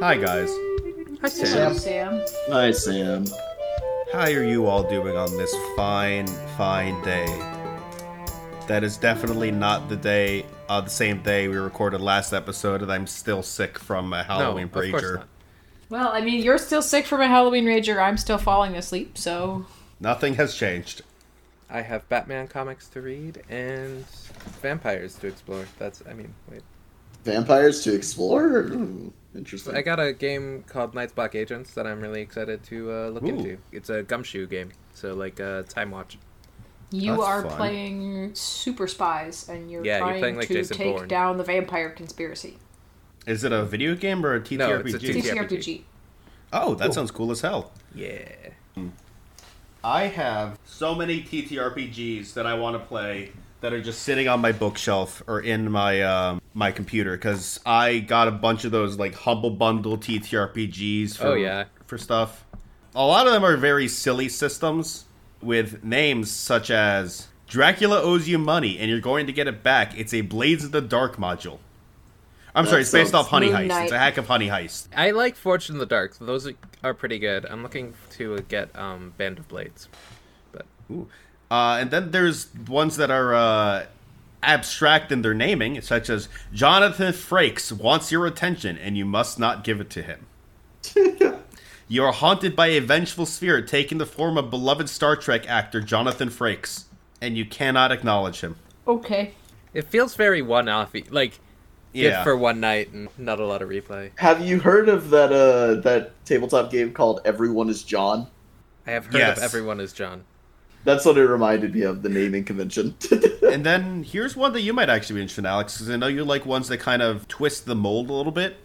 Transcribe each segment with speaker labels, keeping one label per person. Speaker 1: Hi, guys.
Speaker 2: Hi,
Speaker 3: Sam.
Speaker 2: Sam.
Speaker 3: Hi, Sam.
Speaker 1: How are you all doing on this fine, fine day? That is definitely not the day, uh, the same day we recorded last episode, and I'm still sick from a Halloween
Speaker 4: of course
Speaker 1: preacher.
Speaker 4: not.
Speaker 2: Well, I mean, you're still sick from a Halloween rager. I'm still falling asleep, so
Speaker 1: Nothing has changed.
Speaker 4: I have Batman comics to read and vampires to explore. That's, I mean, wait.
Speaker 3: Vampires to explore? Hmm, interesting.
Speaker 4: I got a game called Night's Block Agents that I'm really excited to uh, look
Speaker 1: Ooh.
Speaker 4: into. It's a gumshoe game, so like uh, Time Watch.
Speaker 2: you
Speaker 1: That's
Speaker 2: are
Speaker 1: fun.
Speaker 2: playing super spies, and you're
Speaker 4: Yeah, you're
Speaker 2: trying
Speaker 4: playing like
Speaker 2: to
Speaker 4: Jason
Speaker 2: take
Speaker 4: Bourne.
Speaker 2: down the vampire conspiracy.
Speaker 1: Is it a video game or a TTRPG?
Speaker 4: No, it's a TTRPG.
Speaker 2: TTRPG.
Speaker 1: Oh, that sounds cool as hell.
Speaker 4: Yeah.
Speaker 1: I have so many TTRPGs that I want to play that are just sitting on my bookshelf or in my um, my computer because I got a bunch of those like humble bundle TTRPGs. For,
Speaker 4: Oh, yeah.
Speaker 1: for stuff. A lot of them are very silly systems with names such as Dracula owes you money and you're going to get it back. It's a Blades of the Dark module. I'm
Speaker 3: That
Speaker 1: sorry, it's based
Speaker 3: sounds-
Speaker 1: off Honey
Speaker 2: Moon
Speaker 1: Heist. It's
Speaker 2: Knight.
Speaker 1: a hack of Honey Heist.
Speaker 4: I like Fortune in the Dark. Those are, are pretty good. I'm looking to get um, Band of Blades. But
Speaker 1: Ooh. Uh, and then there's ones that are uh, abstract in their naming, such as Jonathan Frakes wants your attention and you must not give it to him. you are haunted by a vengeful spirit taking the form of beloved Star Trek actor Jonathan Frakes, and you cannot acknowledge him.
Speaker 2: Okay.
Speaker 4: it feels very one off Like,
Speaker 1: Yeah.
Speaker 4: good for one night and not a lot of replay.
Speaker 3: Have you heard of that uh that tabletop game called Everyone is John?
Speaker 4: I have heard
Speaker 1: Yes.
Speaker 4: of Everyone is John.
Speaker 3: That's what it reminded me of, the naming convention.
Speaker 1: and then here's one that you might actually be interested in, Alex, because I know you like ones that kind of twist the mold a little bit.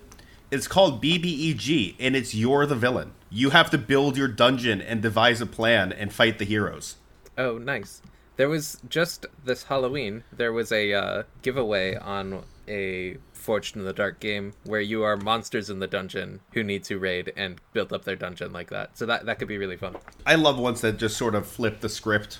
Speaker 1: It's called BBEG, and it's You're the Villain. You have to build your dungeon and devise a plan and fight the heroes.
Speaker 4: Oh, nice. There was just this Halloween, there was a uh, giveaway on a Fortune in the Dark game where you are monsters in the dungeon who need to raid and build up their dungeon like that. So that, that could be really fun.
Speaker 1: I love ones that just sort of flip the script,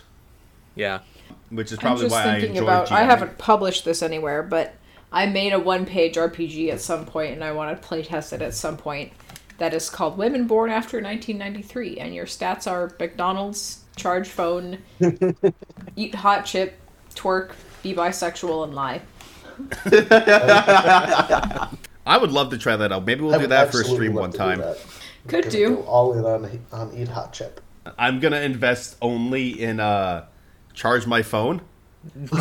Speaker 4: Yeah.
Speaker 1: which is
Speaker 2: I'm
Speaker 1: probably
Speaker 2: just
Speaker 1: why I
Speaker 2: thinking
Speaker 1: enjoy
Speaker 2: about. I
Speaker 1: GMing.
Speaker 2: haven't published this anywhere, but I made a one-page RPG at some point, and I want to playtest it at some point. That is called Women Born After 1993, and your stats are McDonald's, charge phone, eat hot chip, twerk, be bisexual, and lie.
Speaker 1: I would love to try that out. Maybe we'll
Speaker 5: I
Speaker 1: do
Speaker 5: would
Speaker 1: that for a
Speaker 5: absolutely
Speaker 1: stream
Speaker 5: love
Speaker 1: one
Speaker 5: to do
Speaker 1: time.
Speaker 5: that.
Speaker 2: Could
Speaker 5: Gonna
Speaker 2: do.
Speaker 5: go all in on on eat hot chip.
Speaker 1: I'm gonna invest only in uh, charge my phone,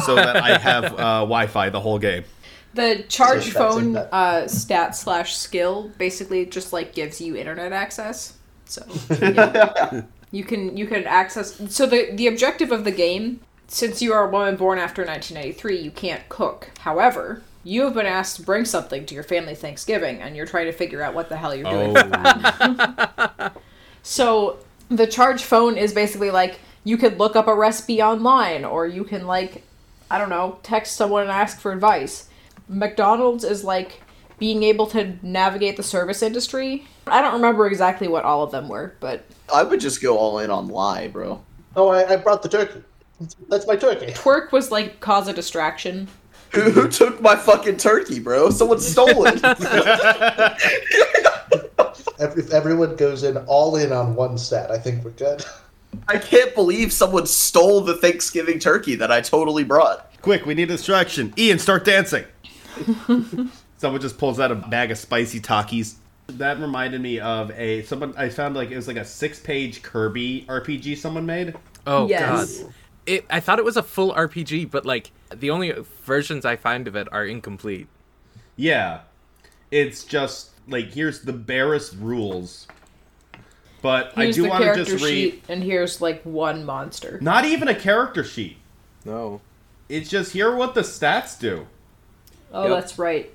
Speaker 1: so that I have uh, Wi-Fi the whole game.
Speaker 2: The charge
Speaker 5: Just that's in
Speaker 2: phone
Speaker 5: that-
Speaker 2: uh, stat slash skill basically just like gives you internet access. So yeah. you can you can access. So the the objective of the game, since you are a woman born after 1993, you can't cook. However, you have been asked to bring something to your family Thanksgiving, and you're trying to figure out what the hell you're doing.
Speaker 1: Oh,
Speaker 2: So the charge phone is basically like you could look up a recipe online or you can like I don't know, text someone and ask for advice. McDonald's is like being able to navigate the service industry. I don't remember exactly what all of them were, but
Speaker 3: I would just go all in on lie, bro.
Speaker 5: Oh, I, I brought the turkey. That's my turkey.
Speaker 2: twerk was like cause a distraction.
Speaker 3: Who, who took my fucking turkey, bro? Someone stole it.
Speaker 5: If, if everyone goes in all in on one set, I think we're good.
Speaker 3: I can't believe someone stole the Thanksgiving turkey that I totally brought.
Speaker 1: quick, we need a distraction. Ian, start dancing. Someone just pulls out a bag of spicy Takis. That reminded me of a someone I found like it was like a six-page Kirby RPG someone made.
Speaker 4: Oh,
Speaker 2: Yes.
Speaker 4: God. It, I thought it was a full RPG, but like the only versions I find of it are incomplete.
Speaker 1: Yeah. It's just like here's the barest rules. But I
Speaker 2: Here's
Speaker 1: do
Speaker 2: the
Speaker 1: want to
Speaker 2: character
Speaker 1: just read
Speaker 2: sheet and here's like one monster.
Speaker 1: not even a character sheet.
Speaker 4: No.
Speaker 1: It's just here are what the stats do.
Speaker 2: Oh,
Speaker 4: Yep.
Speaker 2: that's right.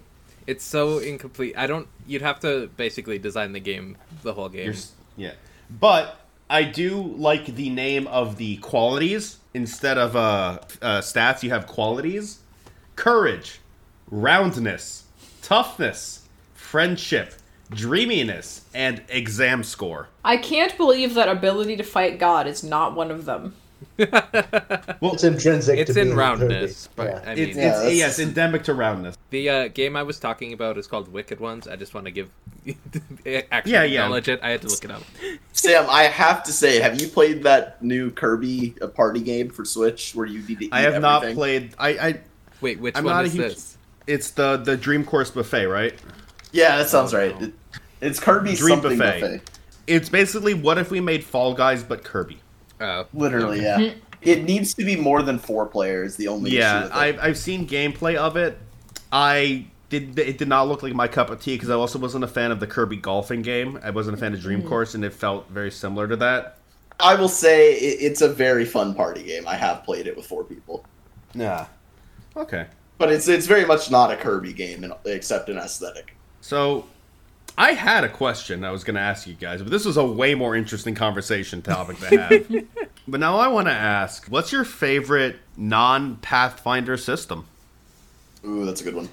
Speaker 4: It's so incomplete. I don't. You'd have to basically design the game, the whole game.
Speaker 1: You're s- yeah. But I do like the name of the qualities instead of uh, uh stats you have qualities. Courage, roundness, toughness, friendship, dreaminess, and exam score.
Speaker 2: I can't believe that ability to fight God is not one of them.
Speaker 5: It's intrinsic.
Speaker 4: it's
Speaker 5: to
Speaker 4: in
Speaker 5: being a
Speaker 4: roundness,
Speaker 5: turkey.
Speaker 4: but
Speaker 5: Yeah.
Speaker 4: I mean,
Speaker 1: It's,
Speaker 5: Yeah,
Speaker 1: it's
Speaker 5: that's-
Speaker 1: yes, endemic to roundness.
Speaker 4: the uh, game I was talking about is called Wicked Ones. I just want to give actually
Speaker 1: Yeah, yeah.
Speaker 4: acknowledge it. I had to look it up.
Speaker 3: Sam, I have to say, have you played that new Kirby uh, party game for Switch where you need to eat
Speaker 1: I have not
Speaker 3: everything?
Speaker 1: played. I, I
Speaker 4: Wait, which
Speaker 1: I'm
Speaker 4: one
Speaker 1: not a
Speaker 4: is
Speaker 1: huge-
Speaker 4: this?
Speaker 1: it's the the Dream Course buffet, right?
Speaker 3: Yeah, that sounds
Speaker 4: Oh,
Speaker 3: right.
Speaker 4: no.
Speaker 3: It, it's Kirby
Speaker 1: Dream
Speaker 3: something
Speaker 1: buffet.
Speaker 3: buffet.
Speaker 1: It's basically what if we made Fall Guys but Kirby?
Speaker 4: Oh,
Speaker 3: Literally, yeah.
Speaker 1: Hmm.
Speaker 3: it needs to be more than four players. The only issue
Speaker 1: yeah,
Speaker 3: with it.
Speaker 1: I've I've seen gameplay of it. I did it did not look like my cup of tea because I also wasn't a fan of the Kirby golfing game. I wasn't a fan of Dream Course, and it felt very similar to that.
Speaker 3: I will say it, it's a very fun party game. I have played it with four people,
Speaker 1: Yeah. Okay.
Speaker 3: but it's it's very much not a Kirby game in, except in aesthetic.
Speaker 1: So, I had a question I was going to ask you guys, but this was a way more interesting conversation topic to have. but now I want to ask what's your favorite non Pathfinder system?
Speaker 3: Ooh, that's a good one.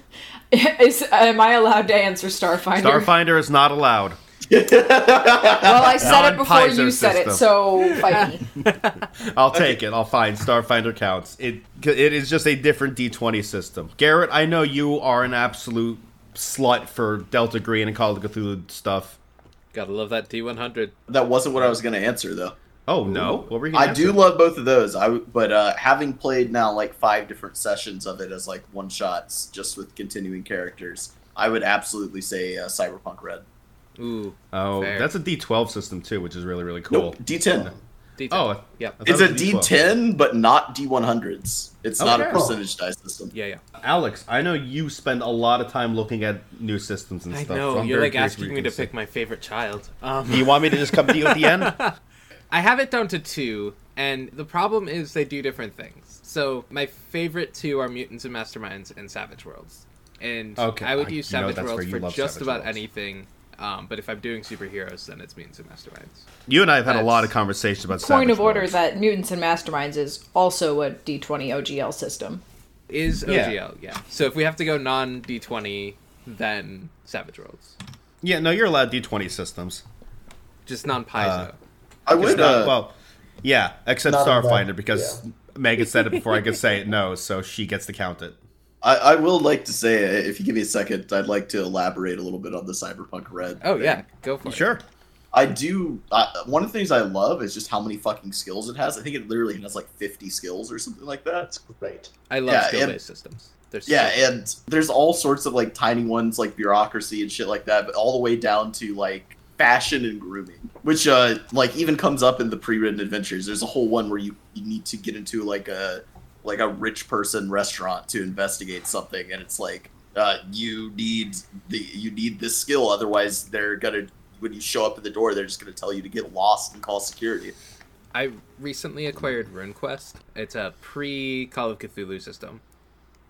Speaker 2: Is am I allowed to answer Starfinder?
Speaker 1: Starfinder is not allowed.
Speaker 2: Well, I said it before
Speaker 1: Non-Pizer
Speaker 2: you said it,
Speaker 1: system.
Speaker 2: so fight me.
Speaker 1: I'll take it. I'll find Starfinder counts. It it is just a different D20 system. Garrett, I know you are an absolute slut for Delta Green and Call of Cthulhu stuff.
Speaker 4: gotta love that D100.
Speaker 3: That wasn't what I was going to answer though.
Speaker 1: Oh no, what were you? gonna
Speaker 3: I do
Speaker 1: answer?
Speaker 3: love both of those. I w- but uh, having played now like five different sessions of it as like one shots, just with continuing characters, I would absolutely say uh, Cyberpunk Red.
Speaker 4: Ooh,
Speaker 1: Oh,
Speaker 4: Fair.
Speaker 1: that's a D12 system too, which is really really cool.
Speaker 3: Nope, D10.
Speaker 4: D10.
Speaker 1: Oh,
Speaker 4: yeah,
Speaker 1: I thought
Speaker 3: It's
Speaker 1: it
Speaker 3: a
Speaker 1: was Oh,
Speaker 3: D10, but not D100s. It's not a
Speaker 1: Okay.
Speaker 3: percentage die system.
Speaker 4: yeah, yeah.
Speaker 1: Alex, I know you spend a lot of time looking at new systems and
Speaker 4: I
Speaker 1: stuff.
Speaker 4: know
Speaker 1: so I'm
Speaker 4: you're
Speaker 1: very
Speaker 4: like
Speaker 1: curious what
Speaker 4: asking
Speaker 1: you're
Speaker 4: me to
Speaker 1: gonna say.
Speaker 4: pick my favorite child. Um,
Speaker 1: Do you want me to just come to you at the end?
Speaker 4: I have it down to two, and the problem is they do different things. So my favorite two are Mutants and Masterminds and Savage Worlds, and
Speaker 1: Okay,
Speaker 4: I would
Speaker 1: I-
Speaker 4: use
Speaker 1: you know
Speaker 4: Savage
Speaker 1: that's where
Speaker 4: Worlds
Speaker 1: you
Speaker 4: for
Speaker 1: love
Speaker 4: just
Speaker 1: Savage
Speaker 4: about
Speaker 1: Worlds.
Speaker 4: anything. Um, but if I'm doing superheroes, then it's Mutants and Masterminds.
Speaker 1: You and I have had a
Speaker 4: That's-
Speaker 1: lot of conversations about
Speaker 2: Point
Speaker 1: Savage
Speaker 2: of order
Speaker 1: Worlds.
Speaker 2: that mutants and masterminds is also a D20 OGL system.
Speaker 4: Is
Speaker 1: Yeah.
Speaker 4: OGL, yeah. So if we have to go non D20, then Savage Worlds,
Speaker 1: Yeah, no, you're allowed D20 systems.
Speaker 4: just non Paizo.
Speaker 3: I
Speaker 1: It's
Speaker 3: would.
Speaker 1: not-
Speaker 3: uh,
Speaker 1: well, yeah, except
Speaker 5: Not allowed,
Speaker 1: Starfinder because Megan said it before I could say it. No, so she gets to count it.
Speaker 3: I, I will like to say, uh, if you give me a second, I'd like to elaborate a little bit on the Cyberpunk Red.
Speaker 4: oh
Speaker 3: thing.
Speaker 4: yeah, go for it.
Speaker 1: Sure.
Speaker 3: I do. I, one of the things I love is just how many fucking skills it has. I think it literally has like 50 skills or something like that.
Speaker 5: That's great.
Speaker 4: I love
Speaker 3: Yeah,
Speaker 4: skill
Speaker 3: and-
Speaker 4: based systems. There's
Speaker 3: Yeah, and there's all sorts of like tiny ones like bureaucracy and shit like that, but all the way down to like fashion and grooming, which uh like even comes up in the pre-written adventures. There's a whole one where you, you need to get into like a like a rich person restaurant to investigate something, and it's like uh, you need the you need this skill, otherwise they're gonna when you show up at the door, they're just gonna tell you to get lost and call security.
Speaker 4: I recently acquired RuneQuest. It's a pre Call of Cthulhu system.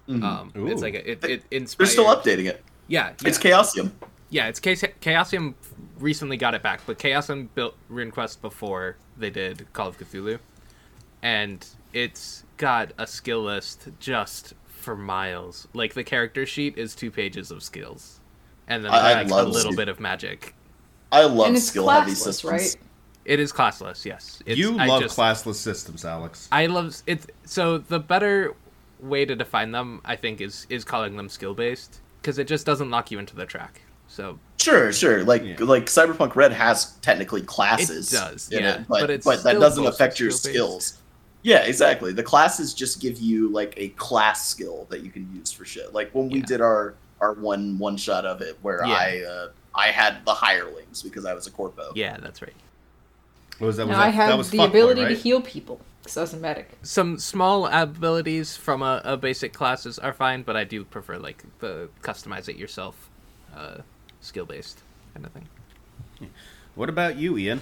Speaker 4: Um,
Speaker 1: Ooh.
Speaker 4: it's like a, it it
Speaker 3: Mm-hmm. They're
Speaker 4: inspired.
Speaker 3: still updating it.
Speaker 4: Yeah, yeah,
Speaker 3: It's Chaosium.
Speaker 4: yeah. It's Chaos- Chaosium recently got it back, but Chaosium built RuneQuest before they did Call of Cthulhu, and it's got a skill list just for miles. Like the character sheet is two pages of skills, and then
Speaker 3: I- I
Speaker 4: like, a
Speaker 3: love
Speaker 4: little
Speaker 3: skill-
Speaker 4: bit of magic.
Speaker 3: I love
Speaker 2: and it's
Speaker 3: skill heavy
Speaker 2: classless,
Speaker 3: systems.
Speaker 2: right?
Speaker 4: It is classless. Yes, it's,
Speaker 1: you
Speaker 4: I
Speaker 1: love
Speaker 4: just-
Speaker 1: classless systems, Alex.
Speaker 4: I love it. So the better way to define them, I think, is is calling them skill based because it just doesn't lock you into the track. So
Speaker 3: Sure, sure. Like
Speaker 1: Yeah.
Speaker 3: like Cyberpunk Red has technically classes.
Speaker 4: does,
Speaker 3: in
Speaker 4: yeah,
Speaker 3: It, but
Speaker 4: but it's
Speaker 3: but that
Speaker 4: still
Speaker 3: doesn't
Speaker 4: mostly
Speaker 3: affect your
Speaker 4: skill-based.
Speaker 3: skills. Yeah, exactly. The classes just give you like a class skill that you can use for shit. Like when we
Speaker 4: Yeah.
Speaker 3: did our our one one shot of it where
Speaker 4: Yeah.
Speaker 3: I uh, I had the hirelings because I was a corpo.
Speaker 4: yeah, that's right.
Speaker 1: What was that?
Speaker 2: No,
Speaker 1: Was
Speaker 2: I
Speaker 1: that- that
Speaker 2: had
Speaker 1: was
Speaker 2: the
Speaker 1: fuckboy,
Speaker 2: ability
Speaker 1: right?
Speaker 2: to heal people because I was a medic.
Speaker 4: Some small abilities from a, a basic classes are fine, but I do prefer like the customize it yourself, uh, skill based kind of thing.
Speaker 1: What about you, Ian?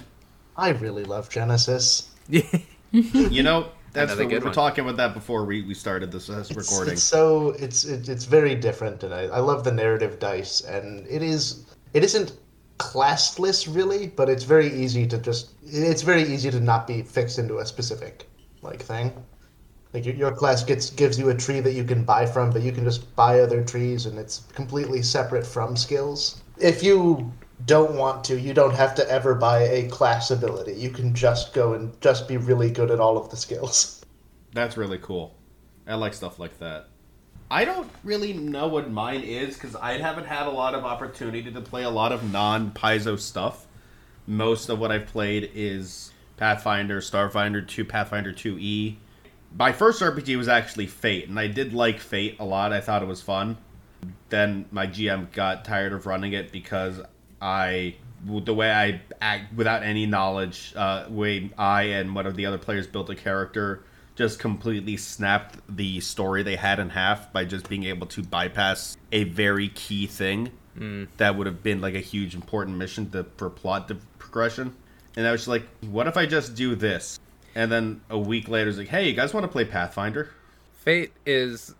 Speaker 5: I really love Genesis.
Speaker 4: Yeah.
Speaker 1: You know, that's
Speaker 4: Another
Speaker 1: the, we
Speaker 4: good
Speaker 1: were
Speaker 4: one.
Speaker 1: talking about that before we, we started this uh,
Speaker 5: It's,
Speaker 1: recording.
Speaker 5: it's so it's it, it's very different, and I, I love the narrative dice, and it is it isn't classless really, but it's very easy to just it's very easy to not be fixed into a specific like thing. Like your, your class gets gives you a tree that you can buy from, but you can just buy other trees, and it's completely separate from skills. If you don't want to, you don't have to ever buy a class ability. You can just go and just be really good at all of the skills.
Speaker 1: That's really cool. I like stuff like that. I don't really know what mine is because I haven't had a lot of opportunity to play a lot of non Paizo stuff. Most of what I've played is Pathfinder, Starfinder 2, Pathfinder 2E. My first RPG was actually Fate, and I did like Fate a lot. I thought it was fun. Then my GM got tired of running it because I, the way I act without any knowledge, uh, way I and one of the other players built a character just completely snapped the story they had in half by just being able to bypass a very key thing that would have been like a huge important mission to, for plot de- progression. And I was just like, what if I just do this? And then a week later, it's like, hey, you guys want to play Pathfinder?
Speaker 4: Fate is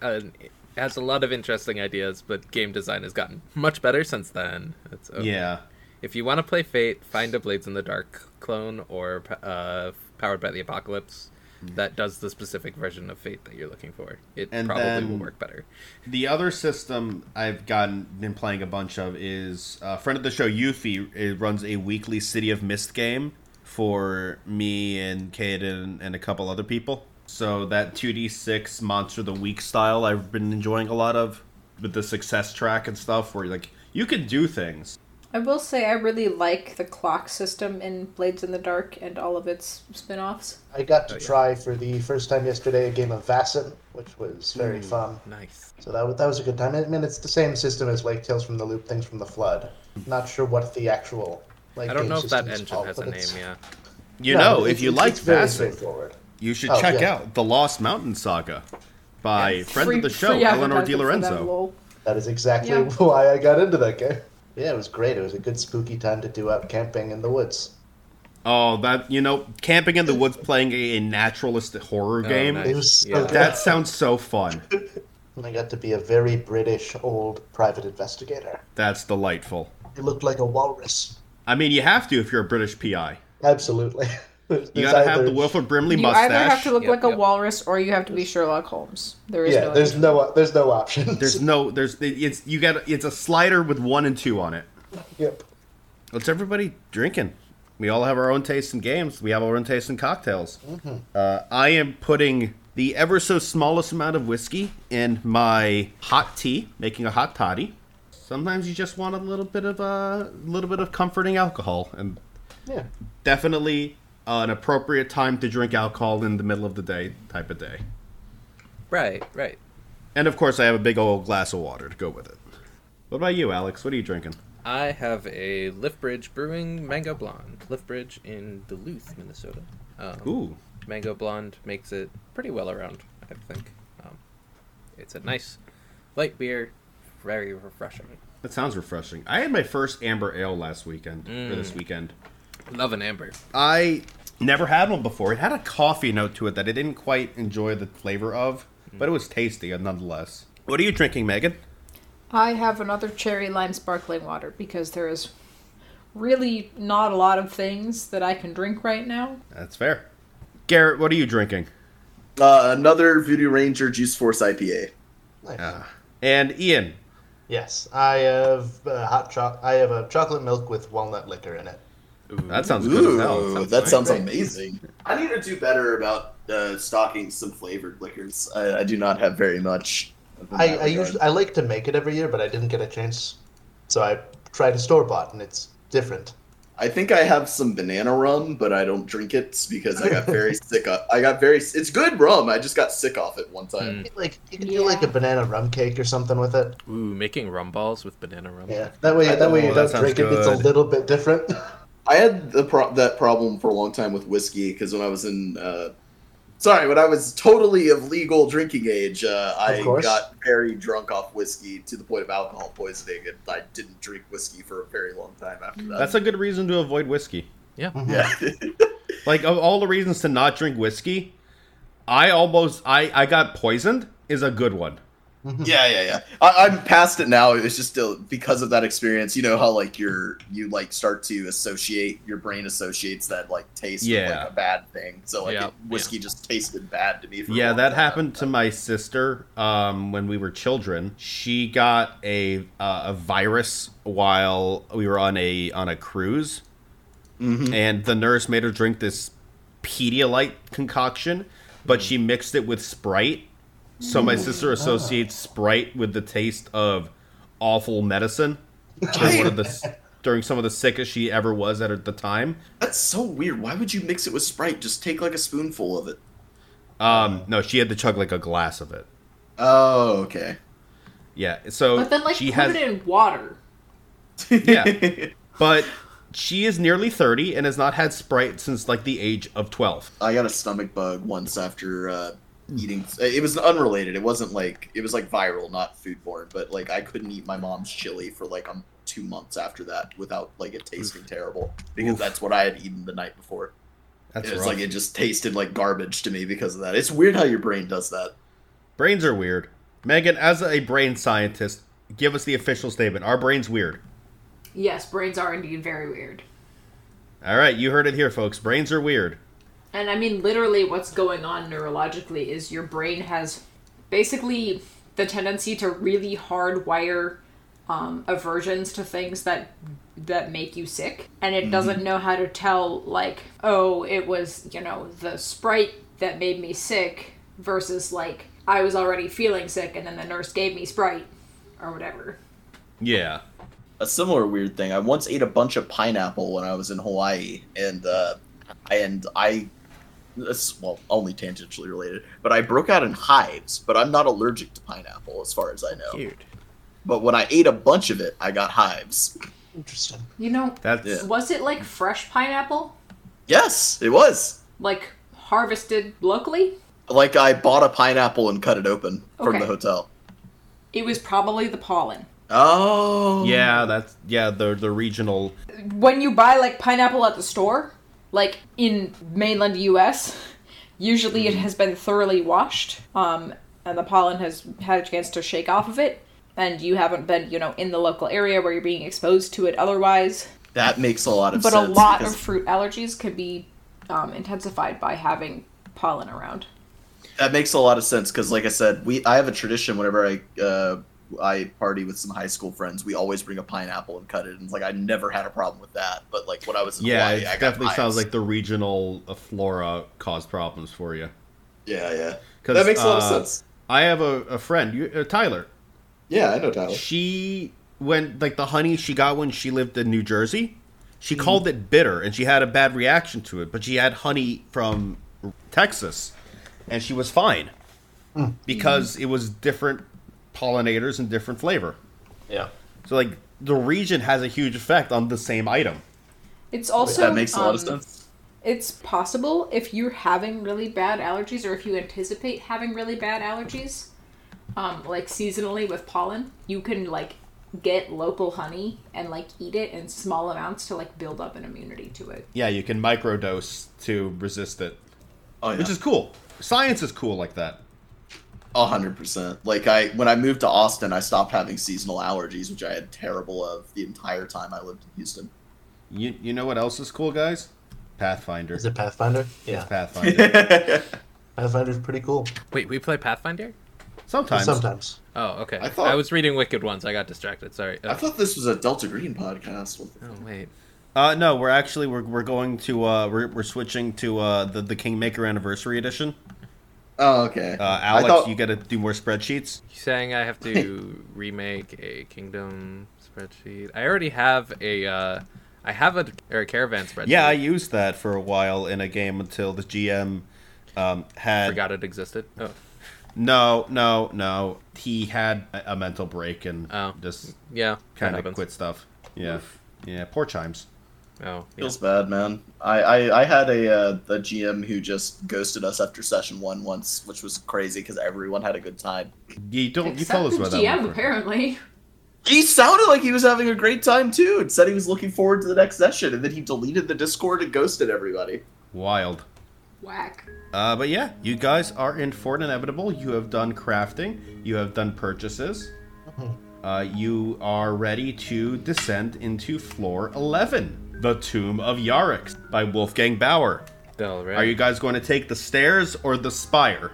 Speaker 4: an, has a lot of interesting ideas, but game design has gotten much better since then. It's, uh,
Speaker 1: Yeah.
Speaker 4: If you want to play Fate, find a Blades in the Dark clone or uh, Powered by the Apocalypse that does the specific version of Fate that you're looking for. It
Speaker 1: Mm. And
Speaker 4: probably will
Speaker 1: then-
Speaker 4: work better.
Speaker 1: The other system I've gotten been playing a bunch of is a friend of the show Yuffie it runs a weekly City of Mist game for me and Caden and a couple other people. So that 2d6 monster of the week style I've been enjoying a lot of with the success track and stuff where like you can do things.
Speaker 2: I will say I really like the clock system in Blades in the Dark and all of its spin-offs.
Speaker 5: I got to
Speaker 4: Oh, yeah.
Speaker 5: try for the first time yesterday a game of Vassin, which was very
Speaker 4: Hmm.
Speaker 5: fun.
Speaker 4: Nice.
Speaker 5: So that was, that was a good time. I mean, it's the same system as Lake Tales from the Loop, Things from the Flood. Not sure what the actual like
Speaker 4: I don't
Speaker 5: game
Speaker 4: know if that
Speaker 5: system is
Speaker 4: engine
Speaker 5: called,
Speaker 4: has a
Speaker 5: but
Speaker 4: name,
Speaker 5: it's-
Speaker 4: yeah.
Speaker 1: You
Speaker 5: No,
Speaker 1: know,
Speaker 5: it's-
Speaker 1: if you
Speaker 5: it's-
Speaker 1: like
Speaker 5: it's very
Speaker 1: Vassin,
Speaker 5: straightforward.
Speaker 1: you should
Speaker 5: Oh,
Speaker 1: check
Speaker 5: yeah.
Speaker 1: out The Lost Mountain Saga by friend
Speaker 2: Free-
Speaker 1: of the show
Speaker 2: free
Speaker 1: Eleanor
Speaker 2: advertisement
Speaker 1: Di
Speaker 2: for
Speaker 1: Lorenzo.
Speaker 2: them, lol.
Speaker 5: That is exactly
Speaker 2: Yeah.
Speaker 5: why I got into that game. Yeah, it was great. It was a good spooky time to do out camping in the woods.
Speaker 1: Oh, that you know, camping in the woods playing a, a naturalist horror
Speaker 3: Oh,
Speaker 1: game.
Speaker 4: Oh, nice.
Speaker 5: It was so
Speaker 4: Yeah.
Speaker 5: good.
Speaker 1: That sounds so fun.
Speaker 5: And I got to be a very British old private investigator.
Speaker 1: That's delightful.
Speaker 5: It looked like a walrus.
Speaker 1: I mean, you have to if you're a British PI.
Speaker 5: Absolutely. There's
Speaker 1: You gotta have
Speaker 5: either-
Speaker 1: the Wilford Brimley
Speaker 2: You
Speaker 1: mustache.
Speaker 2: either have to look
Speaker 4: Yep,
Speaker 2: like a
Speaker 4: yep.
Speaker 2: walrus or you have to be Sherlock Holmes. There is
Speaker 5: Yeah,
Speaker 2: no.
Speaker 5: there's no there's no options.
Speaker 1: There's no, there's it's you got it's a slider with one and two on it.
Speaker 5: yep.
Speaker 1: What's everybody drinking? We all have our own taste in games. We have our own taste in cocktails. Uh, I am putting the ever so smallest amount of whiskey in my hot tea, making a hot toddy. Sometimes you just want a little bit of a little bit of comforting alcohol, and
Speaker 5: Yeah.
Speaker 1: definitely an appropriate time to drink alcohol in the middle of the day type of day.
Speaker 4: Right, right.
Speaker 1: And of course, I have a big old glass of water to go with it. What about you, Alex? What are you drinking?
Speaker 4: I have a Liftbridge Brewing Mango Blonde. Liftbridge in Duluth, Minnesota. Um,
Speaker 1: Ooh,
Speaker 4: Mango Blonde makes it pretty well around, I think. Um, it's a nice light beer, very refreshing.
Speaker 1: that sounds refreshing. I had my first amber ale last weekend or this weekend.
Speaker 4: Love an amber.
Speaker 1: I never had one before. It had a coffee note to it that I didn't quite enjoy the flavor of, but it was tasty uh, nonetheless. What are you drinking, Megan?
Speaker 2: I have another cherry lime sparkling water because there is really not a lot of things that I can drink right now.
Speaker 1: That's fair. Garrett, what are you drinking?
Speaker 3: Uh, another Voodoo Ranger Juice Force IPA.
Speaker 5: Nice.
Speaker 1: And Ian,
Speaker 5: Yes, I have uh, hot choc. I have a chocolate milk with walnut liquor in it.
Speaker 1: that sounds good as hell.
Speaker 3: Ooh, that sounds amazing. I need to do better about uh, stocking some flavored liquors. I, I do not have very much. of in
Speaker 5: I,
Speaker 3: that
Speaker 5: I
Speaker 3: regard.
Speaker 5: usually I like to make it every year, but I didn't get a chance, so I tried a store bought, and it's different.
Speaker 3: I think I have some banana rum, but I don't drink it because I got very sick. Of, I got very. It's good rum. I just got sick off it one time.
Speaker 5: Like you can do like a
Speaker 2: Yeah.
Speaker 5: banana rum cake or something with it.
Speaker 4: Ooh, making rum balls with banana rum.
Speaker 5: Yeah, that way that way
Speaker 1: Oh,
Speaker 5: you
Speaker 1: that
Speaker 5: don't
Speaker 1: sounds
Speaker 5: drink it. It's a
Speaker 1: good.
Speaker 5: little bit different.
Speaker 3: I had the pro- that problem for a long time with whiskey because when I was in, uh, sorry, when I was totally of legal drinking age, uh, I
Speaker 5: Of course.
Speaker 3: got very drunk off whiskey to the point of alcohol poisoning, and I didn't drink whiskey for a very long time after that.
Speaker 1: That's a good reason to avoid whiskey.
Speaker 4: Yeah.
Speaker 5: Mm-hmm.
Speaker 3: yeah.
Speaker 1: Like of all the reasons to not drink whiskey, I almost I I got poisoned is a good one.
Speaker 3: Yeah, yeah, yeah. I, I'm past it now. It was just still because of that experience. You know how like your you like start to associate your brain associates that like taste with,
Speaker 1: Yeah.
Speaker 3: like a bad thing. So like
Speaker 4: Yeah,
Speaker 3: it- whiskey just tasted bad to me. For a
Speaker 1: Yeah,
Speaker 3: long
Speaker 1: that
Speaker 3: time.
Speaker 1: happened to my sister um, when we were children. She got a uh, a virus while we were on a on a cruise,
Speaker 3: Mm-hmm.
Speaker 1: and the nurse made her drink this Pedialyte concoction, but she mixed it with Sprite. So my sister associates
Speaker 3: Ah.
Speaker 1: Sprite with the taste of awful medicine. during one of the s- during some of the sickest she ever was at the time.
Speaker 3: That's so weird. Why would you mix it with Sprite? Just take like a spoonful of it.
Speaker 1: Um, no, she had to chug like a glass of it.
Speaker 3: Oh, okay.
Speaker 1: Yeah, so
Speaker 2: But then, like,
Speaker 1: she
Speaker 2: put
Speaker 1: has
Speaker 2: it in water.
Speaker 1: Yeah. But she is nearly 30 and has not had Sprite since like the age of 12.
Speaker 3: I got a stomach bug once after uh,
Speaker 1: Hmm.
Speaker 3: eating. It was unrelated. It wasn't like it was like viral, not foodborne. But like I couldn't eat my mom's chili for like um two months after that without like it tasting terrible because
Speaker 1: Oof.
Speaker 3: that's what I had eaten the night before.
Speaker 1: That's
Speaker 3: it was
Speaker 1: rough.
Speaker 3: like it just tasted like garbage to me because of that. It's weird how your brain does that.
Speaker 1: Brains are weird. Megan, as a brain scientist, give us the official statement. Our brain's weird.
Speaker 2: Yes, brains are indeed very weird.
Speaker 1: All right, you heard it here, folks. Brains are weird.
Speaker 2: And I mean, literally, what's going on neurologically is your brain has basically the tendency to really hardwire um, aversions to things that that make you sick, and it doesn't know how to tell like, oh, it was you know the sprite that made me sick versus like I was already feeling sick and then the nurse gave me sprite or whatever.
Speaker 1: Yeah.
Speaker 3: a similar weird thing. I once ate a bunch of pineapple when I was in Hawaii, and uh, and I, this well, only tangentially related, but I broke out in hives. But I'm not allergic to pineapple, as far as I know.
Speaker 4: Weird.
Speaker 3: But when I ate a bunch of it, I got hives.
Speaker 5: Interesting.
Speaker 2: You know,
Speaker 1: That's
Speaker 3: Yeah.
Speaker 2: was it like fresh pineapple,
Speaker 3: Yes, it was
Speaker 2: like harvested locally?
Speaker 3: like I bought a pineapple and cut it open from
Speaker 2: Okay.
Speaker 3: the hotel.
Speaker 2: It was probably the pollen.
Speaker 3: Oh,
Speaker 1: Yeah, that's yeah, the the regional
Speaker 2: when you buy like pineapple at the store, like in mainland US, usually
Speaker 3: Mm-hmm.
Speaker 2: it has been thoroughly washed, um, and the pollen has had a chance to shake off of it, and you haven't been, you know, in the local area where you're being exposed to it otherwise.
Speaker 3: that makes a lot of
Speaker 2: But a
Speaker 3: sense.
Speaker 2: lot
Speaker 3: because
Speaker 2: of fruit allergies can be um, intensified by having pollen around.
Speaker 3: That makes a lot of sense because, like I said, we I have a tradition whenever I uh, I party with some high school friends, we always bring a pineapple and cut it. And it's like I never had a problem with that, but like when I was in
Speaker 1: Yeah,
Speaker 3: Hawaii,
Speaker 1: it
Speaker 3: I got
Speaker 1: definitely
Speaker 3: hives.
Speaker 1: sounds like the regional uh, flora caused problems for you.
Speaker 3: yeah, yeah.
Speaker 1: 'Cause,
Speaker 3: That makes a lot of
Speaker 1: uh,
Speaker 3: sense.
Speaker 1: I have a, a friend, you, uh, Tyler.
Speaker 3: Yeah, I know
Speaker 5: Oh.
Speaker 3: Tyler.
Speaker 1: She when like the honey she got when she lived in New Jersey, she
Speaker 5: Mm-hmm.
Speaker 1: called it bitter and she had a bad reaction to it, but she had honey from Texas and she was fine
Speaker 5: Mm.
Speaker 1: because it was different pollinators and different flavor.
Speaker 3: Yeah,
Speaker 1: So like the region has a huge effect on the same item.
Speaker 2: It's also
Speaker 3: that makes a lot of
Speaker 2: um,
Speaker 3: sense.
Speaker 2: It's possible if you're having really bad allergies or if you anticipate having really bad allergies, um, like seasonally with pollen, you can like get local honey and like eat it in small amounts to like build up an immunity to it.
Speaker 1: Yeah, you can microdose to resist it,
Speaker 3: Oh, yeah.
Speaker 1: which is cool. Science is cool like that.
Speaker 3: A hundred percent. Like I, when I moved to Austin, I stopped having seasonal allergies, which I had terrible of the entire time I lived in Houston.
Speaker 1: You you know what else is cool, guys? Pathfinder.
Speaker 5: Is it Pathfinder? Yeah.
Speaker 1: Pathfinder.
Speaker 5: Pathfinder's pretty cool.
Speaker 4: Wait, we play Pathfinder?
Speaker 1: Sometimes.
Speaker 5: Sometimes.
Speaker 4: Oh, okay.
Speaker 3: I
Speaker 4: I,
Speaker 3: thought-
Speaker 4: was reading Wicked Ones. I got distracted. Sorry.
Speaker 3: I
Speaker 4: Oh,
Speaker 3: thought this was a Delta Green podcast. What the-
Speaker 4: oh, wait.
Speaker 1: Uh, no, we're actually we're, we're going to uh, we're, we're switching to uh, the the Kingmaker Anniversary Edition.
Speaker 3: Oh, okay.
Speaker 1: Uh,
Speaker 3: I
Speaker 1: Alex,
Speaker 3: thought-
Speaker 1: you got to do more spreadsheets.
Speaker 4: You saying I have to remake a kingdom spreadsheet? I already have a. Uh, I have a or a caravan spreadsheet.
Speaker 1: Yeah, I used that for a while in a game until the GM um, had
Speaker 4: forgot it existed. Oh,
Speaker 1: no, no, no. He had a a mental break and
Speaker 4: Oh.
Speaker 1: just
Speaker 4: yeah. that
Speaker 1: kind of
Speaker 4: happens.
Speaker 1: quit stuff. Yeah, yeah. Poor chimes.
Speaker 4: Oh, yeah.
Speaker 3: Feels bad, man. I, I, I had a, uh, a GM who just ghosted us after session one once, which was crazy because everyone had a good time.
Speaker 1: You don't. you
Speaker 2: Except
Speaker 1: tell us
Speaker 2: the
Speaker 1: about that.
Speaker 2: GM
Speaker 1: one, Fran.
Speaker 2: apparently.
Speaker 3: He sounded like he was having a great time too, and said he was looking forward to the next session, and then he deleted the Discord and ghosted everybody.
Speaker 1: Wild.
Speaker 2: Whack.
Speaker 1: Uh, but yeah, you guys are in Fort Inevitable. You have done crafting. You have done purchases. Uh, you are ready to descend into floor 11, the Tomb of Yarix by Wolfgang Bauer.
Speaker 4: All right.
Speaker 1: Are you guys going to take the stairs or the spire?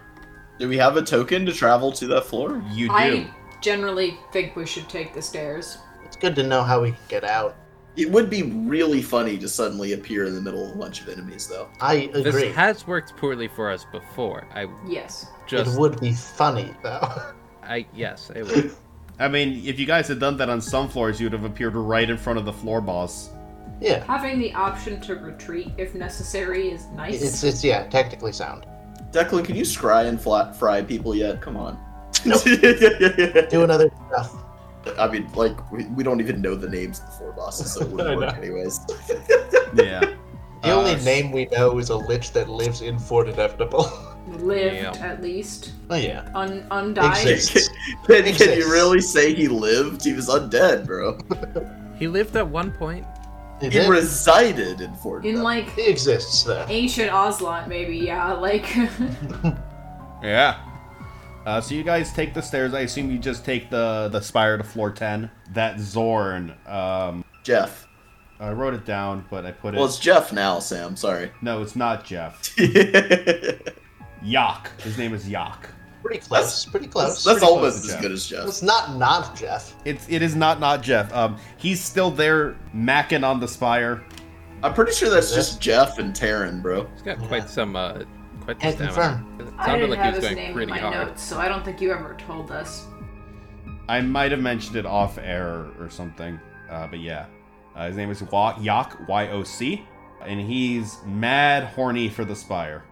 Speaker 3: Do we have a token to travel to that floor?
Speaker 1: You do.
Speaker 2: I generally think we should take the stairs.
Speaker 5: It's good to know how we can get out.
Speaker 3: It would be really funny to suddenly appear in the middle of a bunch of enemies, though.
Speaker 5: I
Speaker 4: This
Speaker 5: agree.
Speaker 4: has worked poorly for us before. I
Speaker 2: Yes.
Speaker 5: it
Speaker 4: just,
Speaker 5: would be funny though.
Speaker 4: I yes, it would.
Speaker 1: I mean, if you guys had done that on some floors, you would have appeared right in front of the floor boss.
Speaker 5: yeah.
Speaker 2: Having the option to retreat if necessary is nice.
Speaker 5: It's it's yeah, technically sound.
Speaker 3: Declan, can you scry and flat fry people yet? Come on.
Speaker 5: Doing other stuff.
Speaker 3: I mean, like, we, we don't even know the names of the floor bosses, so it
Speaker 5: I
Speaker 3: wouldn't work
Speaker 5: know.
Speaker 3: anyways.
Speaker 1: Yeah.
Speaker 5: The
Speaker 1: Uh,
Speaker 5: only
Speaker 1: s-
Speaker 5: name we know is a lich that lives in Fort Inevitable.
Speaker 2: Lived
Speaker 4: Yeah.
Speaker 2: at least.
Speaker 5: oh yeah.
Speaker 2: Un- undied.
Speaker 5: Exists.
Speaker 3: Can, can
Speaker 5: Exists.
Speaker 3: you really say he lived? He was undead, bro.
Speaker 4: He lived at one point.
Speaker 5: He
Speaker 3: He
Speaker 5: did.
Speaker 3: resided in Fort
Speaker 2: In
Speaker 3: Knox.
Speaker 2: like
Speaker 5: He exists though.
Speaker 2: ancient Oslot, maybe, yeah. Like
Speaker 1: Yeah. Uh, so you guys take the stairs. I assume you just take the the spire to floor ten. That Zorn. Um,
Speaker 3: Jeff.
Speaker 1: I wrote it down, but I put it.
Speaker 3: Well, it's Jeff now, Sam. Sorry.
Speaker 1: no, it's not Jeff.
Speaker 3: that's
Speaker 1: Yak. His name is Yak.
Speaker 5: Pretty close. Pretty close.
Speaker 3: that's almost
Speaker 1: to
Speaker 3: as
Speaker 1: Jeff.
Speaker 3: good as Jeff.
Speaker 5: It's not not Jeff.
Speaker 1: It's it is not not Jeff. Um, he's still there macking on the spire.
Speaker 3: I'm pretty sure that's
Speaker 5: Yeah.
Speaker 3: just Jeff and Taryn, bro.
Speaker 4: He's got
Speaker 5: Yeah.
Speaker 4: quite some uh, quite the
Speaker 5: Can't
Speaker 4: stamina. It
Speaker 2: I
Speaker 4: sounded
Speaker 2: didn't
Speaker 4: like he
Speaker 2: have
Speaker 4: was
Speaker 2: his
Speaker 4: going
Speaker 2: name in
Speaker 4: pretty
Speaker 2: my
Speaker 4: hard.
Speaker 2: notes, so I don't think you ever told us.
Speaker 1: I might have mentioned it off air or something. Uh, but yeah, uh, his name is Wa- Yak Y O C, and he's mad horny for the spire.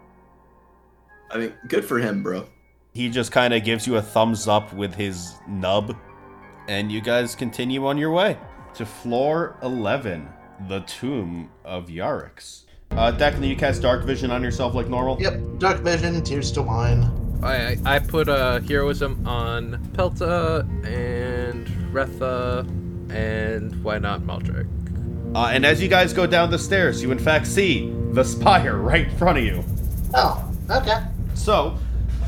Speaker 3: I mean, good for him, bro.
Speaker 1: he just kind of gives you a thumbs up with his nub and you guys continue on your way to floor 11 the tomb of yarix uh declan you cast dark vision on yourself like normal
Speaker 5: Yep. Dark vision, tears to wine.
Speaker 4: I I I put uh, heroism on Pelta and Retha, and why not Maldrick?
Speaker 1: uh, and as you guys go down the stairs you in fact see the spire right in front of you
Speaker 5: Oh, okay.
Speaker 1: So,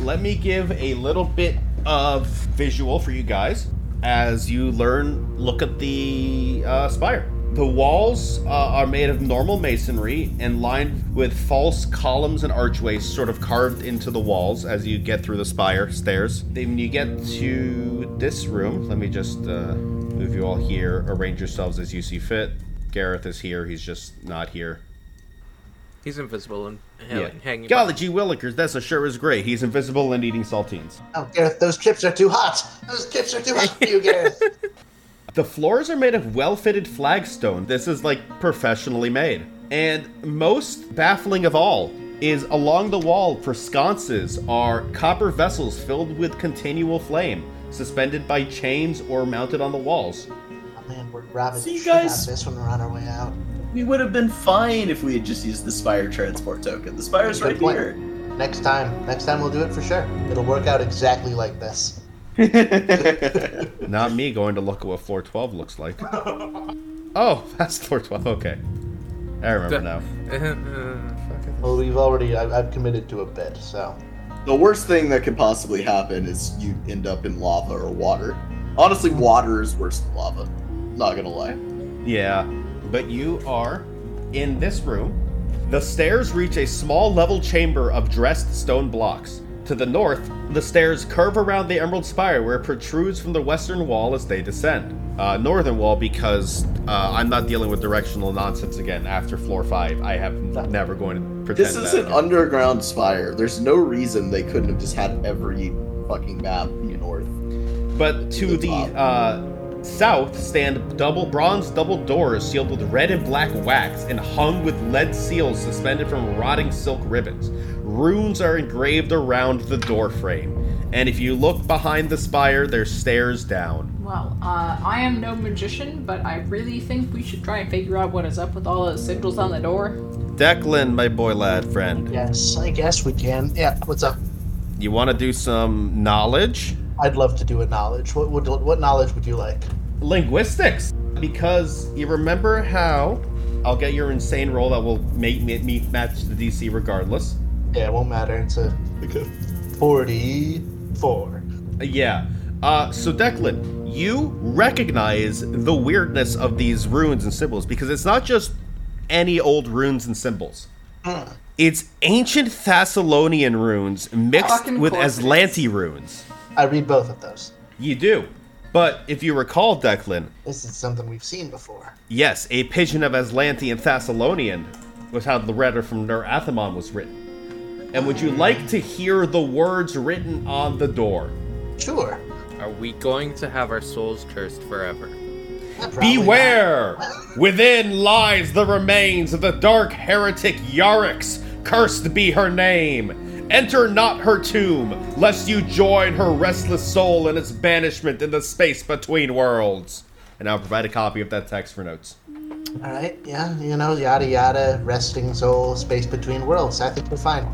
Speaker 1: let me give a little bit of visual for you guys as you learn. Look at the uh, spire. The walls uh, are made of normal masonry and lined with false columns and archways, sort of carved into the walls as you get through the spire stairs. Then when you get to this room, let me just uh, move you all here. Arrange yourselves as you see fit. Gareth is here. He's just not here.
Speaker 4: He's invisible and
Speaker 1: Yeah.
Speaker 4: hanging. hanging by-
Speaker 1: Golly gee willikers, that's a sure is great. He's invisible and eating saltines.
Speaker 5: Oh, Gareth, those chips are too hot. Those chips are too hot for you, Gareth.
Speaker 1: The floors are made of well fitted flagstone. This is like professionally made. And most baffling of all is along the wall for sconces are copper vessels filled with continual flame, suspended by chains or mounted on the walls.
Speaker 5: Oh, man, we're robbing
Speaker 3: See
Speaker 5: the
Speaker 3: you
Speaker 5: shit out of
Speaker 3: guys.
Speaker 5: this when we're on our way out.
Speaker 3: We would have been fine if we had just used the Spire transport token. The Spire's
Speaker 5: Good
Speaker 3: right
Speaker 5: point.
Speaker 3: here.
Speaker 5: Next time, next time we'll do it for sure. It'll work out exactly like this.
Speaker 1: Not me going to look at what floor 12 looks like. Oh, that's floor 12. Okay. I remember now.
Speaker 5: Well, we've already, I, I've committed to a bid, so.
Speaker 3: the worst thing that could possibly happen is you end up in lava or water. Honestly, water is worse than lava. Not gonna lie.
Speaker 1: Yeah, but you are in this room. The stairs reach a small level chamber of dressed stone blocks. To the north, the stairs curve around the Emerald Spire where it protrudes from the western wall as they descend. Uh, northern wall, because uh, I'm not dealing with directional nonsense again after floor five. I have never going to pretend
Speaker 3: This
Speaker 1: that
Speaker 3: is an
Speaker 1: again.
Speaker 3: underground spire. There's no reason they couldn't have just had every fucking map in north.
Speaker 1: But to
Speaker 3: To the
Speaker 1: the
Speaker 3: top.
Speaker 1: uh, south stand double bronze double doors sealed with red and black wax and hung with lead seals suspended from rotting silk ribbons. Runes are engraved around the door frame. And if you look behind the spire, there's stairs down.
Speaker 2: Well, uh, I am no magician, but I really think we should try and figure out what is up with all those sigils on the door.
Speaker 1: Declan, my boy lad friend,
Speaker 5: Yes, I guess we can. Yeah, what's up?
Speaker 1: you want to do some knowledge?
Speaker 5: I'd love to do a knowledge. What would what knowledge would you like?
Speaker 1: linguistics because you remember how I'll get your insane roll that will make me, me match the DC regardless.
Speaker 5: Yeah, it won't matter. It's a like a forty-four.
Speaker 1: Yeah. Uh, so Declan, you recognize the weirdness of these runes and symbols because it's not just any old runes and symbols. It's ancient Thessalonian runes mixed
Speaker 2: Fucking
Speaker 1: with
Speaker 2: course it is.
Speaker 1: Aslanti runes.
Speaker 5: I read both of those.
Speaker 1: You do. But if you recall, Declan,
Speaker 5: This is something we've seen before.
Speaker 1: yes, a pigeon of Aslanti and Thessalonian was how the letter from Nur Athamon was written. And would you like to hear the words written on the door?
Speaker 5: Sure.
Speaker 4: Are we going to have our souls cursed forever?
Speaker 5: Probably not.
Speaker 1: Beware! Within lies the remains of the dark heretic Yarix. Cursed be her name. Enter not her tomb, lest you join her restless soul in its banishment in the space between worlds. And I'll provide a copy of that text for notes.
Speaker 5: All right. Yeah. You know, yada yada. Resting soul, space between worlds. I think we're fine.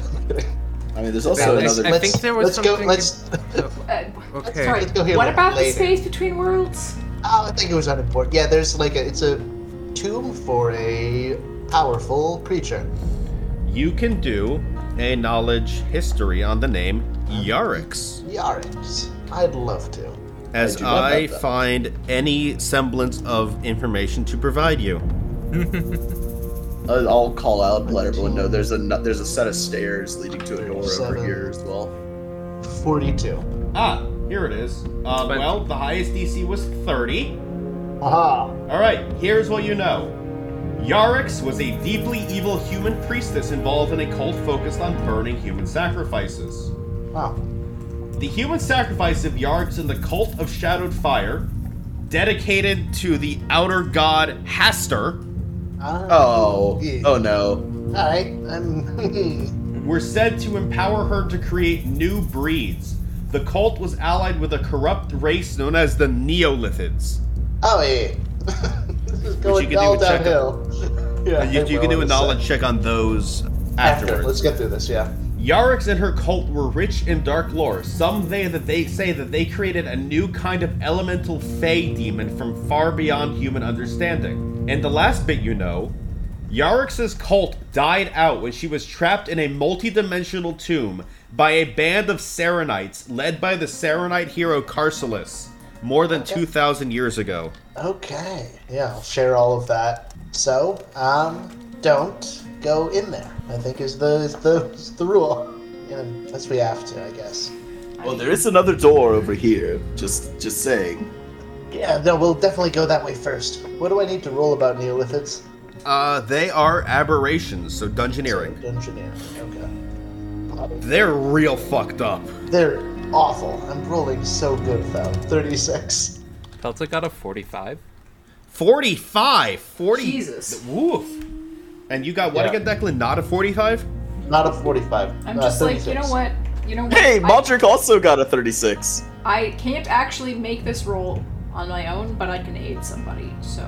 Speaker 3: I mean, there's
Speaker 4: I-
Speaker 3: also
Speaker 4: I-
Speaker 3: another.
Speaker 4: I think there was
Speaker 5: let's
Speaker 4: something-
Speaker 5: Go, let's. oh,
Speaker 2: Uh,
Speaker 4: Okay.
Speaker 2: Sorry,
Speaker 5: Let's go here
Speaker 2: what
Speaker 5: later.
Speaker 2: about the
Speaker 5: Later.
Speaker 2: space between worlds?
Speaker 5: Oh, I think it was unimportant. Yeah, there's like a, it's a tomb for a powerful creature.
Speaker 1: You can do a knowledge history on the name Yarix.
Speaker 5: Yarix. I'd love to.
Speaker 1: As
Speaker 3: I do love
Speaker 1: I
Speaker 3: that, though.
Speaker 1: find any semblance of information to provide you.
Speaker 3: Uh, I'll call out, and let everyone know there's a nu- there's a set of stairs leading to a door over
Speaker 5: Seven.
Speaker 3: here as well.
Speaker 5: Forty-two.
Speaker 1: Ah, here it is. Uh,
Speaker 4: Spend-
Speaker 1: well, the highest DC was 30.
Speaker 5: Aha.
Speaker 1: All right, here's what you know. Yarix was a deeply evil human priestess involved in a cult focused on burning human sacrifices.
Speaker 5: Wow.
Speaker 1: The human sacrifice of Yarix in the cult of shadowed fire, dedicated to the outer god Hastur,
Speaker 5: Ah.
Speaker 3: Oh,
Speaker 5: Yeah.
Speaker 3: oh no!
Speaker 5: All right. I'm.
Speaker 1: were said to empower her to create new breeds. The cult was allied with a corrupt race known as the Neolithids.
Speaker 5: oh yeah. this is
Speaker 1: you
Speaker 5: going
Speaker 1: can do
Speaker 5: all
Speaker 1: a check-
Speaker 5: downhill. yeah.
Speaker 1: You,
Speaker 5: I
Speaker 1: you can
Speaker 5: will
Speaker 1: do a
Speaker 5: in
Speaker 1: knowledge
Speaker 5: sec.
Speaker 1: check on those
Speaker 5: uh, After.
Speaker 1: afterwards.
Speaker 5: Let's get through this. Yeah.
Speaker 1: Yarix and her cult were rich in dark lore. Some say that they say that they created a new kind of elemental fey demon from far beyond human understanding. And the last bit you know, Yarix's cult died out when she was trapped in a multi-dimensional tomb by a band of Serenites led by the Serenite hero Carcelis more than 2000 years ago.
Speaker 5: Okay. Yeah. I'll share all of that. So, um, don't go in there. I think is the is the is the rule. You know, unless we have to, I guess.
Speaker 3: Well, there is another door over here. Just just saying.
Speaker 5: Yeah, no, we'll definitely go that way first. What do I need to roll about Neolithids?
Speaker 1: Uh, they are aberrations, so dungeoneering.
Speaker 5: Dungeoneering. Okay.
Speaker 1: They're real fucked up.
Speaker 5: They're awful. I'm rolling so good though. Thirty-six.
Speaker 4: Pelta got a 45.
Speaker 1: 45 40
Speaker 2: Jesus.
Speaker 1: woof and you got what
Speaker 5: Yeah.
Speaker 1: again declan not a 45
Speaker 5: Not a forty-five.
Speaker 2: I'm
Speaker 5: uh,
Speaker 2: just like, you
Speaker 5: 36.
Speaker 2: know what? You know what?
Speaker 3: Hey,
Speaker 2: I-
Speaker 3: Baldrick also got a 36.
Speaker 2: I can't actually make this roll on my own, but I can aid somebody. So